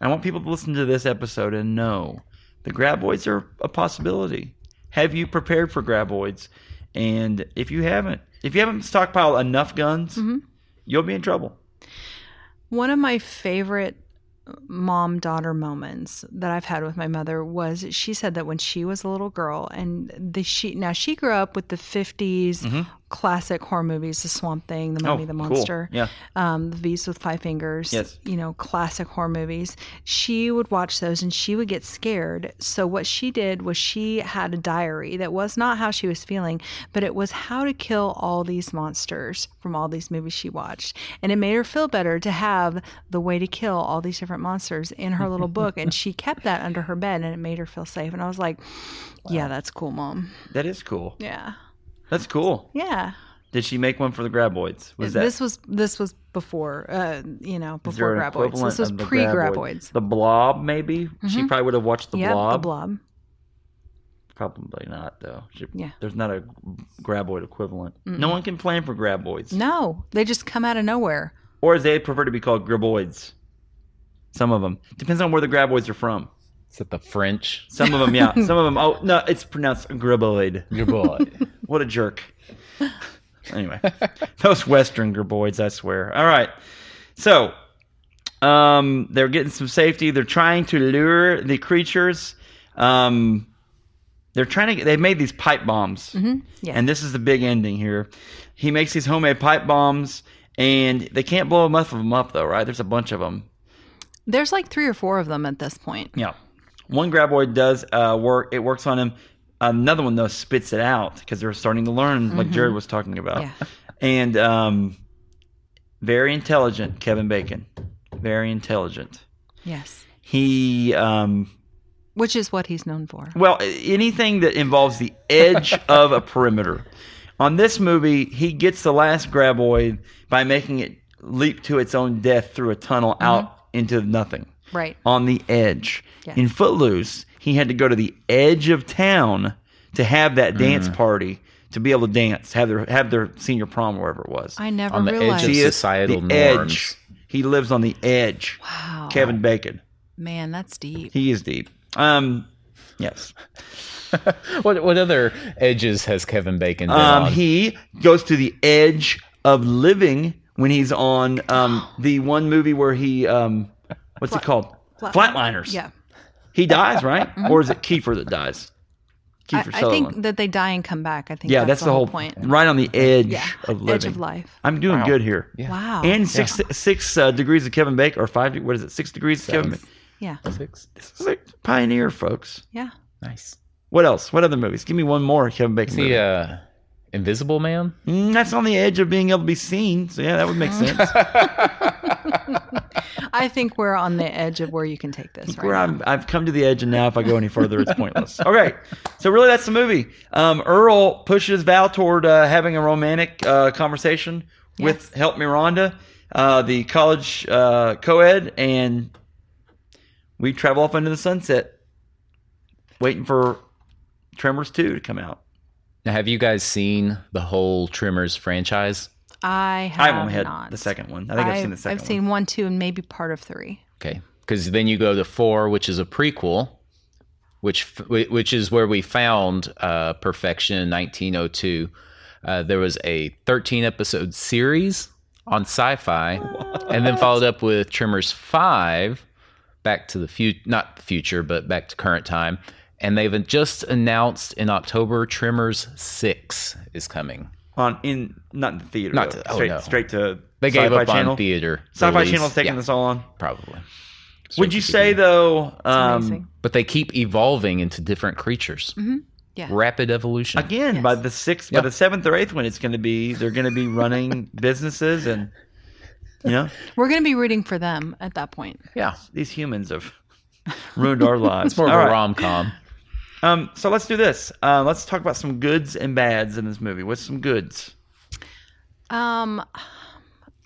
I want people to listen to this episode and know the graboids are a possibility. Have you prepared for graboids? And if you haven't, if you haven't stockpiled enough guns,
Mm-hmm.
you'll be in trouble.
One of my favorite mom daughter moments that I've had with my mother was she said that when she was a little girl and the she now she grew up with the 50s classic horror movies the swamp thing the mummy the
Mm-hmm. Oh, cool.
monster
Yeah.
um, the beast with five fingers
Yes.
you know classic horror movies she would watch those and she would get scared so what she did was she had a diary that was not how she was feeling but it was how to kill all these monsters from all these movies she watched and it made her feel better to have the way to kill all these different monsters in her little book and she kept that under her bed and it made her feel safe and i was like yeah that's cool mom
That is cool.
yeah
That's cool.
yeah
Did she make one for the graboids? Was that
this was this was before uh you know
is there
before
an
graboids
equivalent
this was
of the
pre
Graboids?
graboids
The Blob, maybe. She probably would have watched the
yeah the
Blob.
blob
Probably not, though. She-
Yeah.
There's not a graboid equivalent. No one can plan for graboids,
no they just come out of nowhere
or as they prefer to be called graboids. Some of them depends on where the graboids are from.
Is that the French?
Some of them,
[LAUGHS]
yeah. Some of them. Oh no, it's pronounced graboid.
Your boy.
What a jerk. Anyway, those Western graboids, I swear. All right. So, um, they're getting some safety. They're trying to lure the creatures. Um, they're trying to. They made these pipe bombs,
yeah.
and this is the big ending here. He makes these homemade pipe bombs, and they can't blow enough of them up, though, right? There's a bunch of them.
there's like three or four of them at this point
Yeah. One graboid does uh, work. It works on him. Another one though spits it out because they're starting to learn, like Jared was talking about.
Yeah.
And um, very intelligent, Kevin Bacon. Very intelligent.
yes
He um,
which is what he's known for
well, anything that involves the edge of a perimeter. On this movie, he gets the last graboid by making it leap to its own death through a tunnel out into nothing
right
on the edge.
Yeah.
In Footloose, he had to go to the edge of town to have that
Mm.
dance party to be able to dance, have their have their senior prom wherever it was.
i never
On the edge of
realized
He
is
Societal
the
norms.
edge. He lives on the edge.
wow
Kevin Bacon.
Oh, man that's deep
He is deep. Um yes.
what what other edges has Kevin Bacon been
Um
on?
he goes to the edge of living when he's on
[GASPS]
um the one movie where he um what's it called? Flatliners.
yeah
He dies,
[LAUGHS]
right? or is it Kiefer that dies?
I,
Kiefer
I
Sutherland.
think that they die and come back i think
Yeah, that's, the whole
point
Right on the edge
yeah
of Oh, living.
edge of life
I'm doing good here.
Yeah.
wow
And six six uh, degrees of Kevin Bacon, or five. de- What is it? Six degrees of Kevin.
Seven.
Bacon.
yeah
Six.
This is like pioneer, folks.
yeah
Nice.
What else? What other movies? Give me one more Kevin Bacon.
Is
Movie.
he uh, Invisible Man?
Mm, that's on the edge of being able to be seen. So yeah, that would [LAUGHS] make sense.
i think we're on the edge of where you can take this right
Where I'm, I've come to the edge, and now if I go any further, it's pointless. [LAUGHS] Okay, so really, that's the movie. Um, Earl pushes Val toward uh, having a romantic uh, conversation with
Yes.
Help Miranda, uh, the college uh, co-ed, and we travel off into the sunset, waiting for Tremors Two to come out.
Now, have you guys seen the whole Tremors franchise?
i
I
have
haven't had
not
the second one. I think I've, seen the 2nd
I've
one.
seen one, two, and maybe part of three.
Okay, because then you go to four, which is a prequel, which f- which is where we found uh, perfection in 1902. Uh, there was a 13 episode series on Sci-Fi, and then followed up with Tremors Five, Back to the future, not the future, but back to current time. And they've just announced in October, Tremors Six is coming.
on in not in the theater.
Not
though.
to- oh,
straight,
no.
straight to
They gave
Sci-Fi
up
channel.
on theater.
Sci-Fi
release.
Channel's taking
Yeah,
this all on.
probably.
Would you
Straight to
say though? Um,
Amazing.
but they keep evolving into different creatures.
Yeah.
Rapid evolution.
again
Yes.
by the sixth by
Yep.
the seventh or eighth one it's going to be they're going to be
[LAUGHS]
running businesses and you know
We're going to be rooting for them at that point.
yeah.
these humans have ruined
[LAUGHS]
our lives
It's more of
All
a
right.
rom com.
um so let's do this uh, let's talk about some goods and bads in this movie what's some goods
Um,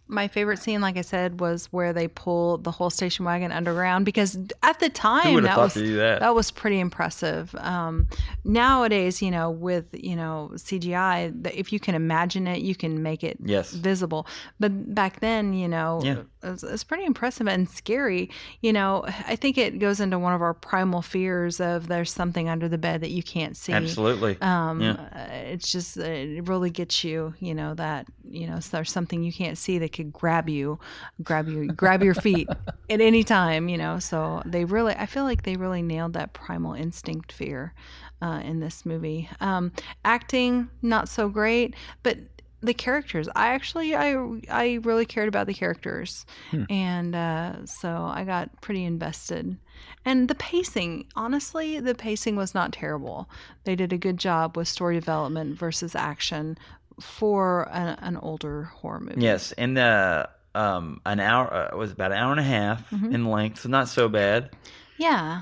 my favorite scene, like I said, was where they pull the whole station wagon underground because at the time
would've
that
thought
was
to do that?
was pretty impressive. Um, nowadays, you know, with you know CGI, that if you can imagine it, you can make it
Yes.
visible. But back then, you know,
Yeah.
it, was, it was pretty impressive and scary. You know, I think it goes into one of our primal fears of there's something under the bed that you can't see.
absolutely
Um,
Yeah.
uh, it's just uh, it really gets you, you know that you know so there's something you can't see that could grab you, grab you, grab your feet at any time, you know. So they really, I feel like they really nailed that primal instinct fear uh, in this movie. Um, acting not so great, but the characters. I actually I I really cared about the characters,
Hmm.
and uh, so I got pretty invested. And the pacing, honestly, the pacing was not terrible. They did a good job with story development versus action for an, an older horror movie.
Yes, and uh, um, an hour uh, it was about an hour and a half
Mm-hmm.
in length, so not so bad.
Yeah.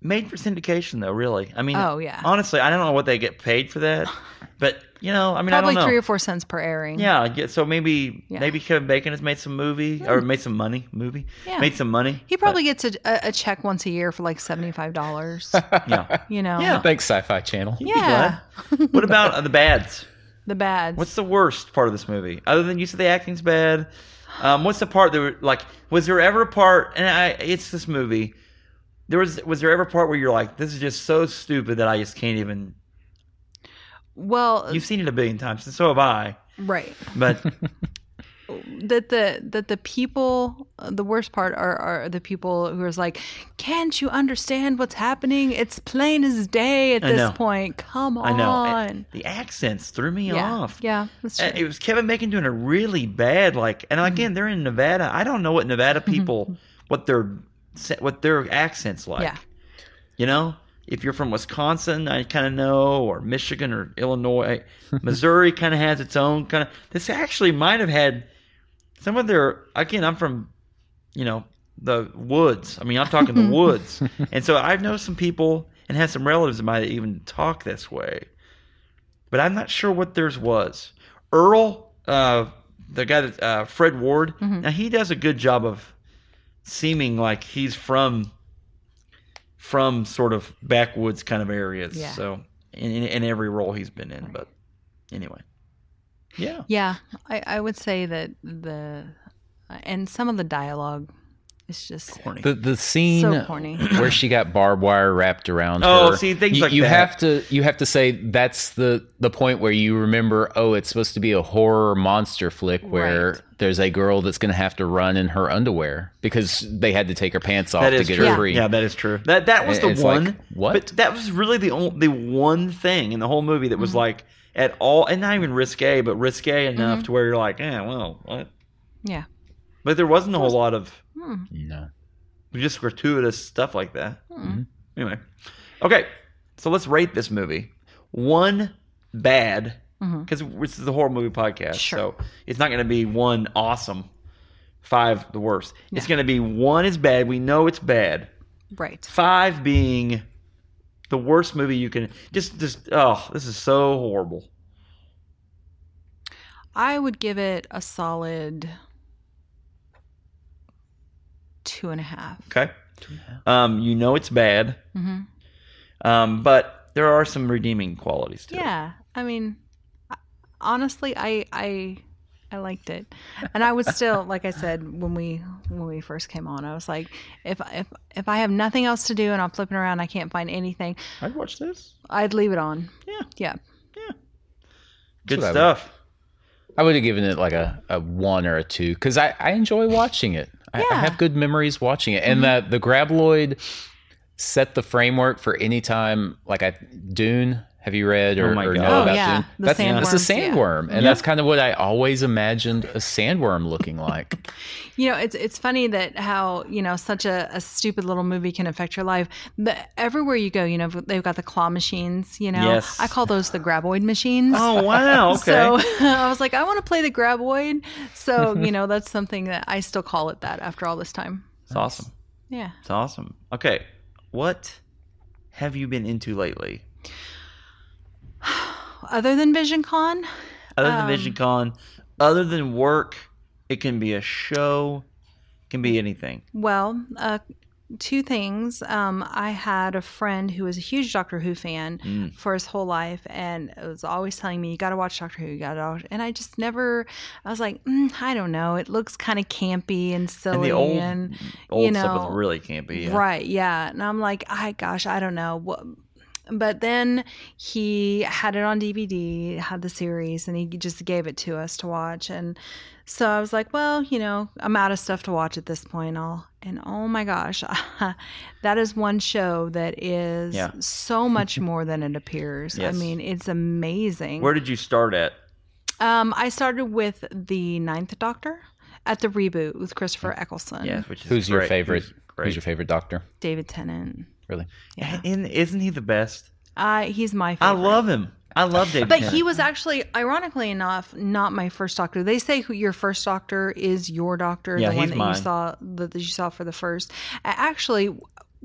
Made for syndication though, really. I mean,
Oh, yeah.
Honestly, I don't know what they get paid for
[LAUGHS]
that, but you know, I mean, I
Probably
don't know.
three or four cents per airing.
yeah, yeah, so maybe
Mm-hmm. Yeah.
maybe Kevin Bacon has made some movie or made some money. Movie
Yeah.
made some money.
He probably gets a, a, a check once a year for like seventy five
[LAUGHS]
dollars. [LAUGHS]
Yeah.
you know.
Yeah.
Thanks, Sci Fi Channel.
He'd be glad.
[LAUGHS]
what about uh, the bads?
The bads.
What's the worst part of this movie? Other than you said the acting's bad. Um, what's the part that were, like was there ever a part and I it's this movie. There was was there ever a part where you're like, this is just so stupid that I just can't even
well
you've seen it a billion times, and so have I.
right. [LAUGHS]
But
that the that the people uh, the worst part are are the people who are like can't you understand what's happening it's plain as day at
I
this
know.
point come on
I know and the accents threw me
yeah
off.
yeah that's true Mm-hmm.
And It was Kevin Bacon doing a really bad like, and again they're in Nevada. I don't know what Nevada people what their what their accents like.
Yeah.
You know, if you're from Wisconsin, I kind of know, or Michigan or
[LAUGHS]
Illinois, Missouri kind of has its own kind of. This actually might have had some of their. Again, I'm from, you know, the woods. I mean, I'm talking
[LAUGHS]
the woods, and so I've known some people and had some relatives of mine that even talk this way, but I'm not sure what theirs was. Earl, uh, the guy that uh, Fred Ward. Now he does a good job of seeming like he's from from sort of backwoods kind of areas.
Yeah.
So in, in in every role he's been in, but anyway, yeah,
yeah I, I would say that the and some of the dialogue is just
corny.
The the scene
so
[CLEARS THROAT]
corny
[CLEARS THROAT]
Hmm,
where she got barbed wire wrapped around
Oh,
her.
see, things
you,
like
you
that.
have to you have to say that's the the point where you remember. Oh, it's supposed to be a horror monster flick where
Right.
there's a girl that's going to have to run in her underwear because they had to take her pants off
that
to
is
get
true.
her
Yeah.
free.
that is true. That that was the
It's like,
one.
what?
But that was really the only the one thing in the whole movie that was
Mm-hmm.
like at all, and not even risque, but risque enough to where you're like, eh, well, what?
Mm-hmm. yeah
But there wasn't a whole lot of
hmm,
No.
just gratuitous stuff like that. Anyway, okay, so let's rate this movie. One bad,
hmm.
because this is a horror movie podcast,
Sure.
so it's not going to be one awesome, five the worst. It's going to be one is bad. We know it's bad.
right
Five being the worst movie you can just just oh this is so horrible.
I would give it a solid two and a half
Okay, um, you know it's bad,
mm-hmm.
um, but there are some redeeming qualities to it.
Yeah, I mean, I- honestly, I I I liked it, and I would still, like I said when we when we first came on, I was like, if if if I have nothing else to do and I'm flipping around, I can't find anything,
I'd watch this.
I'd leave it on.
Yeah.
Yeah,
Good
what I would-
stuff.
I would have given it like a, a one or a two because I, I enjoy watching it. I, I
Yeah. Mm-hmm.
have good memories watching it. And that the Grabloid set the framework for any time, like I Dune. Have you read or,
Oh my
or
God.
know
Oh,
about
yeah.
Dune?
The
that's, that's a
sandworms, yeah.
sandworm. And that's kind of what I always imagined a sandworm
[LAUGHS]
looking like.
you know, it's it's funny that how you know such a, a stupid little movie can affect your life. The, everywhere you go, you know, they've got the claw machines. You know,
Yes.
I call those the graboid machines.
Oh wow. Okay.
[LAUGHS] So I was like, I want to play the graboid. So, you know, that's something that I still call it that after all this time.
It's awesome.
Yeah.
It's awesome. Okay. What have you been into lately?
Other than VisionCon,
Other
Um,
than VisionCon, other than work, it can be a show, it can be anything.
well, uh, two things. Um, I had a friend who was a huge Doctor Who fan
Mm.
for his whole life and was always telling me, you got to watch Doctor Who, you got to watch. And I just never, I was like, mm, I don't know. It looks kind of campy and silly.
And the old
and,
old
you
stuff is
know,
really can't be.
Right. Yeah. And I'm like, I gosh, I don't know what. But then he had it on DVD, had the series, and he just gave it to us to watch. And so I was like, well, you know, I'm out of stuff to watch at this point. I'll and oh my gosh, [LAUGHS] that is one show that is
Yeah.
so much more than it appears.
Yes.
I mean, it's amazing.
Where did you start at?
Um, I started with the Ninth Doctor at the reboot with Christopher Eccleston,
Yeah, which is
Who's your
great.
favorite?
Who's
Who's your favorite doctor?
David Tennant.
Really?
Yeah,
And isn't he the best?
uh, he's my favorite.
I love him. I love David.
But
Tennant.
he was actually, ironically enough, not my first doctor. They say who your first doctor is your doctor,
Yeah,
the
he's
one that
mine.
you saw that that you saw for the first. I actually,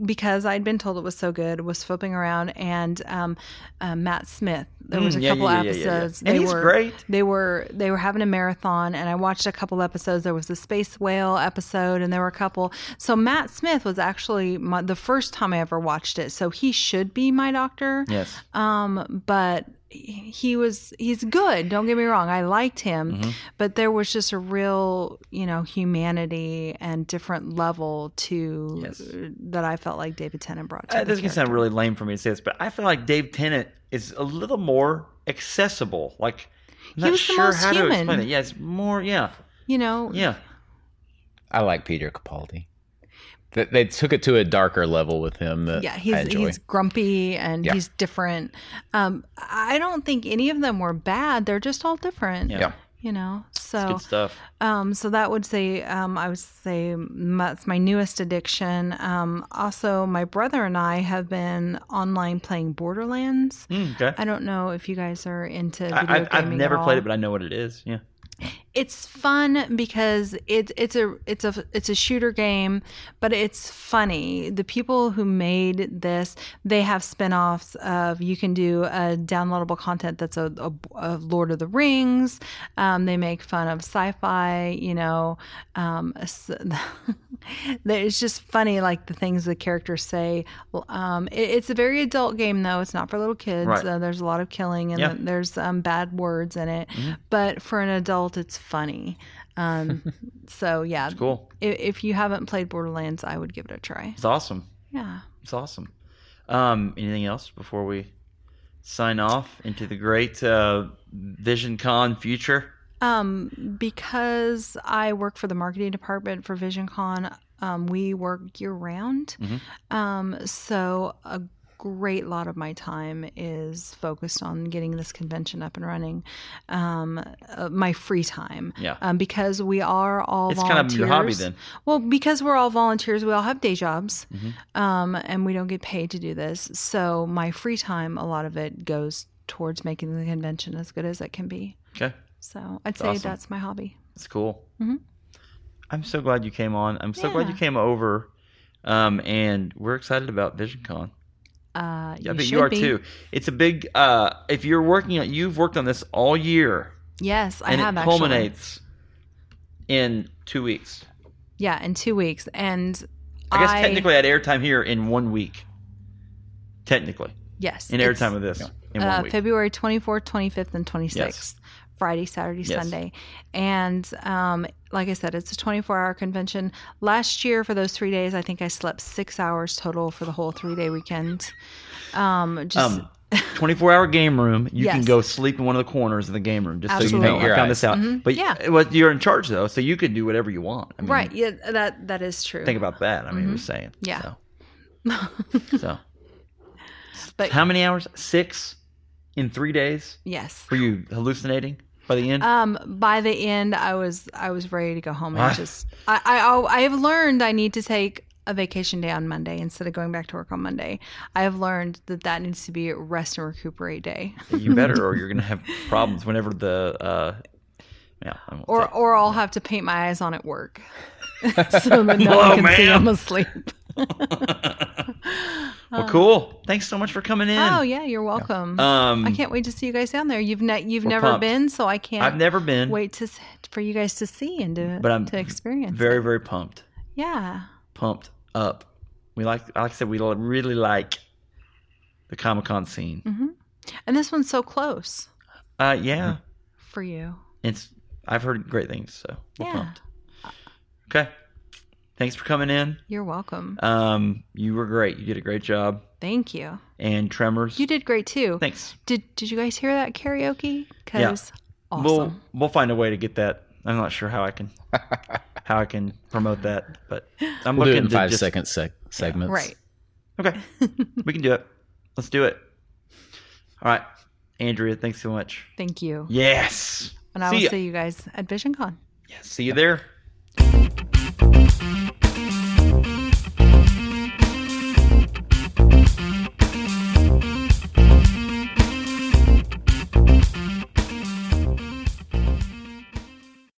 because I'd been told it was so good, was flipping around and um, uh, Matt Smith. There was
Mm,
a
yeah,
couple
yeah, yeah, yeah, yeah.
episodes.
And
They
he's
were,
great.
They were they were having a marathon, and I watched a couple episodes. There was the space whale episode, and there were a couple. So Matt Smith was actually my, the first time I ever watched it. So he should be my doctor
Yes.
um but he was he's good don't get me wrong i liked him
Mm-hmm.
but there was just a real you know humanity and different level to
Yes.
that i felt like david tennant brought to
Uh,
the
this can
character.
sound really lame for me to say this, but I feel like Dave Tennant is a little more accessible. Like, I'm
He
not
was the
sure
most
how to explain
human.
it. Yeah, it's more. Yeah,
you know
yeah.
I like Peter Capaldi. They, they took it to a darker level with him.
uh,
That
yeah
I
he's
enjoy.
he's grumpy and
Yeah.
he's different um i don't think any of them were bad they're just all different
Yeah.
yeah.
you know
It's
so
good stuff.
Um, so that would say um, I would say m- that's my newest addiction. Um, also, my brother and I have been online playing Borderlands.
Mm, okay.
I don't know if you guys are into video
I,
gaming.
I, I've never
at all
played it, but I know what it is. Yeah.
it's fun because it's it's a it's a it's a shooter game, but it's funny. The people who made this, they have spin-offs of you can do a downloadable content that's a, a, a Lord of the Rings. Um, they make fun of sci-fi, you know. Um, s- [LAUGHS] that it's just funny, like the things the characters say. Well, Um, it- it's a very adult game, though. It's not for little kids.
Right.
Uh, there's a lot of killing and
Yeah.
there's um, bad words in it but for an adult, it's funny. Um,
[LAUGHS]
so yeah,
It's cool.
if, if you haven't played Borderlands, I would give it a try.
It's awesome.
Yeah,
It's awesome. Um, anything else before we sign off into the great uh, Vision Con future?
um, because I work for the marketing department for VisionCon. Um, we work year round,
Mm-hmm.
um, so a great lot of my time is focused on getting this convention up and running. Um, uh, my free time,
Yeah.
um, because we are all
It's kind
volunteers.
of your hobby then.
Well, because we're all volunteers, we all have day jobs,
Mm-hmm.
um, and we don't get paid to do this. So my free time, a lot of it goes towards making the convention as good as it can be.
Okay.
So I'd say
awesome.
that's my hobby.
It's cool.
Mhm.
I'm so glad you came on. I'm so glad
Yeah.
you came over. Um, and we're excited about VisionCon.
Uh,
Yeah,
you
but
should
you are
be.
too. It's a big. Uh, if you're working on, you've worked on this all year,
Yes, I
and
have
it
actually.
culminates in two weeks.
Yeah, in two weeks, and
I guess technically, I had airtime here in one week. Technically,
yes,
in
it's,
airtime of this in one
uh,
week.
February 24th, 25th, and 26th. Friday, Saturday,
Yes.
Sunday. And um, like I said, it's a 24 hour convention. Last year, for those three days, I think I slept six hours total for the whole three day weekend. Um, just [LAUGHS]
Um, 24 hour game room. You can
Yes.
go sleep in one of the corners of the game room, just so you know.
Absolutely. Mm-hmm.
I found this out. But
Yeah.
yeah, well, you're in charge though, so you can do whatever you want. I mean,
right. Yeah, that that is true.
Think about that. I mean, we're saying.
Yeah. [LAUGHS]
So. so.
But-
how many hours? Six in three days.
yes.
Were you hallucinating by the end?
Um, by the end, I was I was ready to go home and
Wow.
just I, I I'll- I have learned I need to take a vacation day on Monday instead of going back to work on Monday. I have learned that that needs to be a rest and recuperate day.
you better,
[LAUGHS]
or you're gonna have problems whenever the. Uh, yeah. I won't
or
say.
or I'll have to paint my eyes on at work,
[LAUGHS]
so that no
Hello,
one can see
ma'am. [LAUGHS]
I'm asleep.
well, cool. Thanks so much for coming in.
Oh yeah, you're welcome.
Um,
I can't wait to see you guys down there. You've ne- you've never
pumped.
been, so I can't.
I've never been.
wait to s- for you guys to see and to
But I'm
to experience.
Very,
it.
very pumped.
yeah.
Pumped up. We like, like I said, we lo- really like the Comic Con scene.
Mm-hmm. And this one's so close
Uh, yeah.
Mm-hmm.
for you.
It's. I've heard great things, so we're
Yeah.
pumped. Okay. Thanks for coming in.
You're welcome.
Um, you were great. You did a great job.
Thank you.
And Tremors.
You did great too.
Thanks.
Did Did you guys hear that karaoke? Because awesome.
We'll we'll find a way to get that. I'm not sure how I
[LAUGHS]
can how I can promote that, but I'm
We'll do it
looking
in
to
five
just-
second seg- segments.
right.
[LAUGHS]
Okay, we can do it. Let's do it. All right, Andrea. Thanks so much.
Thank you.
Yes. And I
See
will
ya.
see you guys at VisionCon.
Yeah, see you there.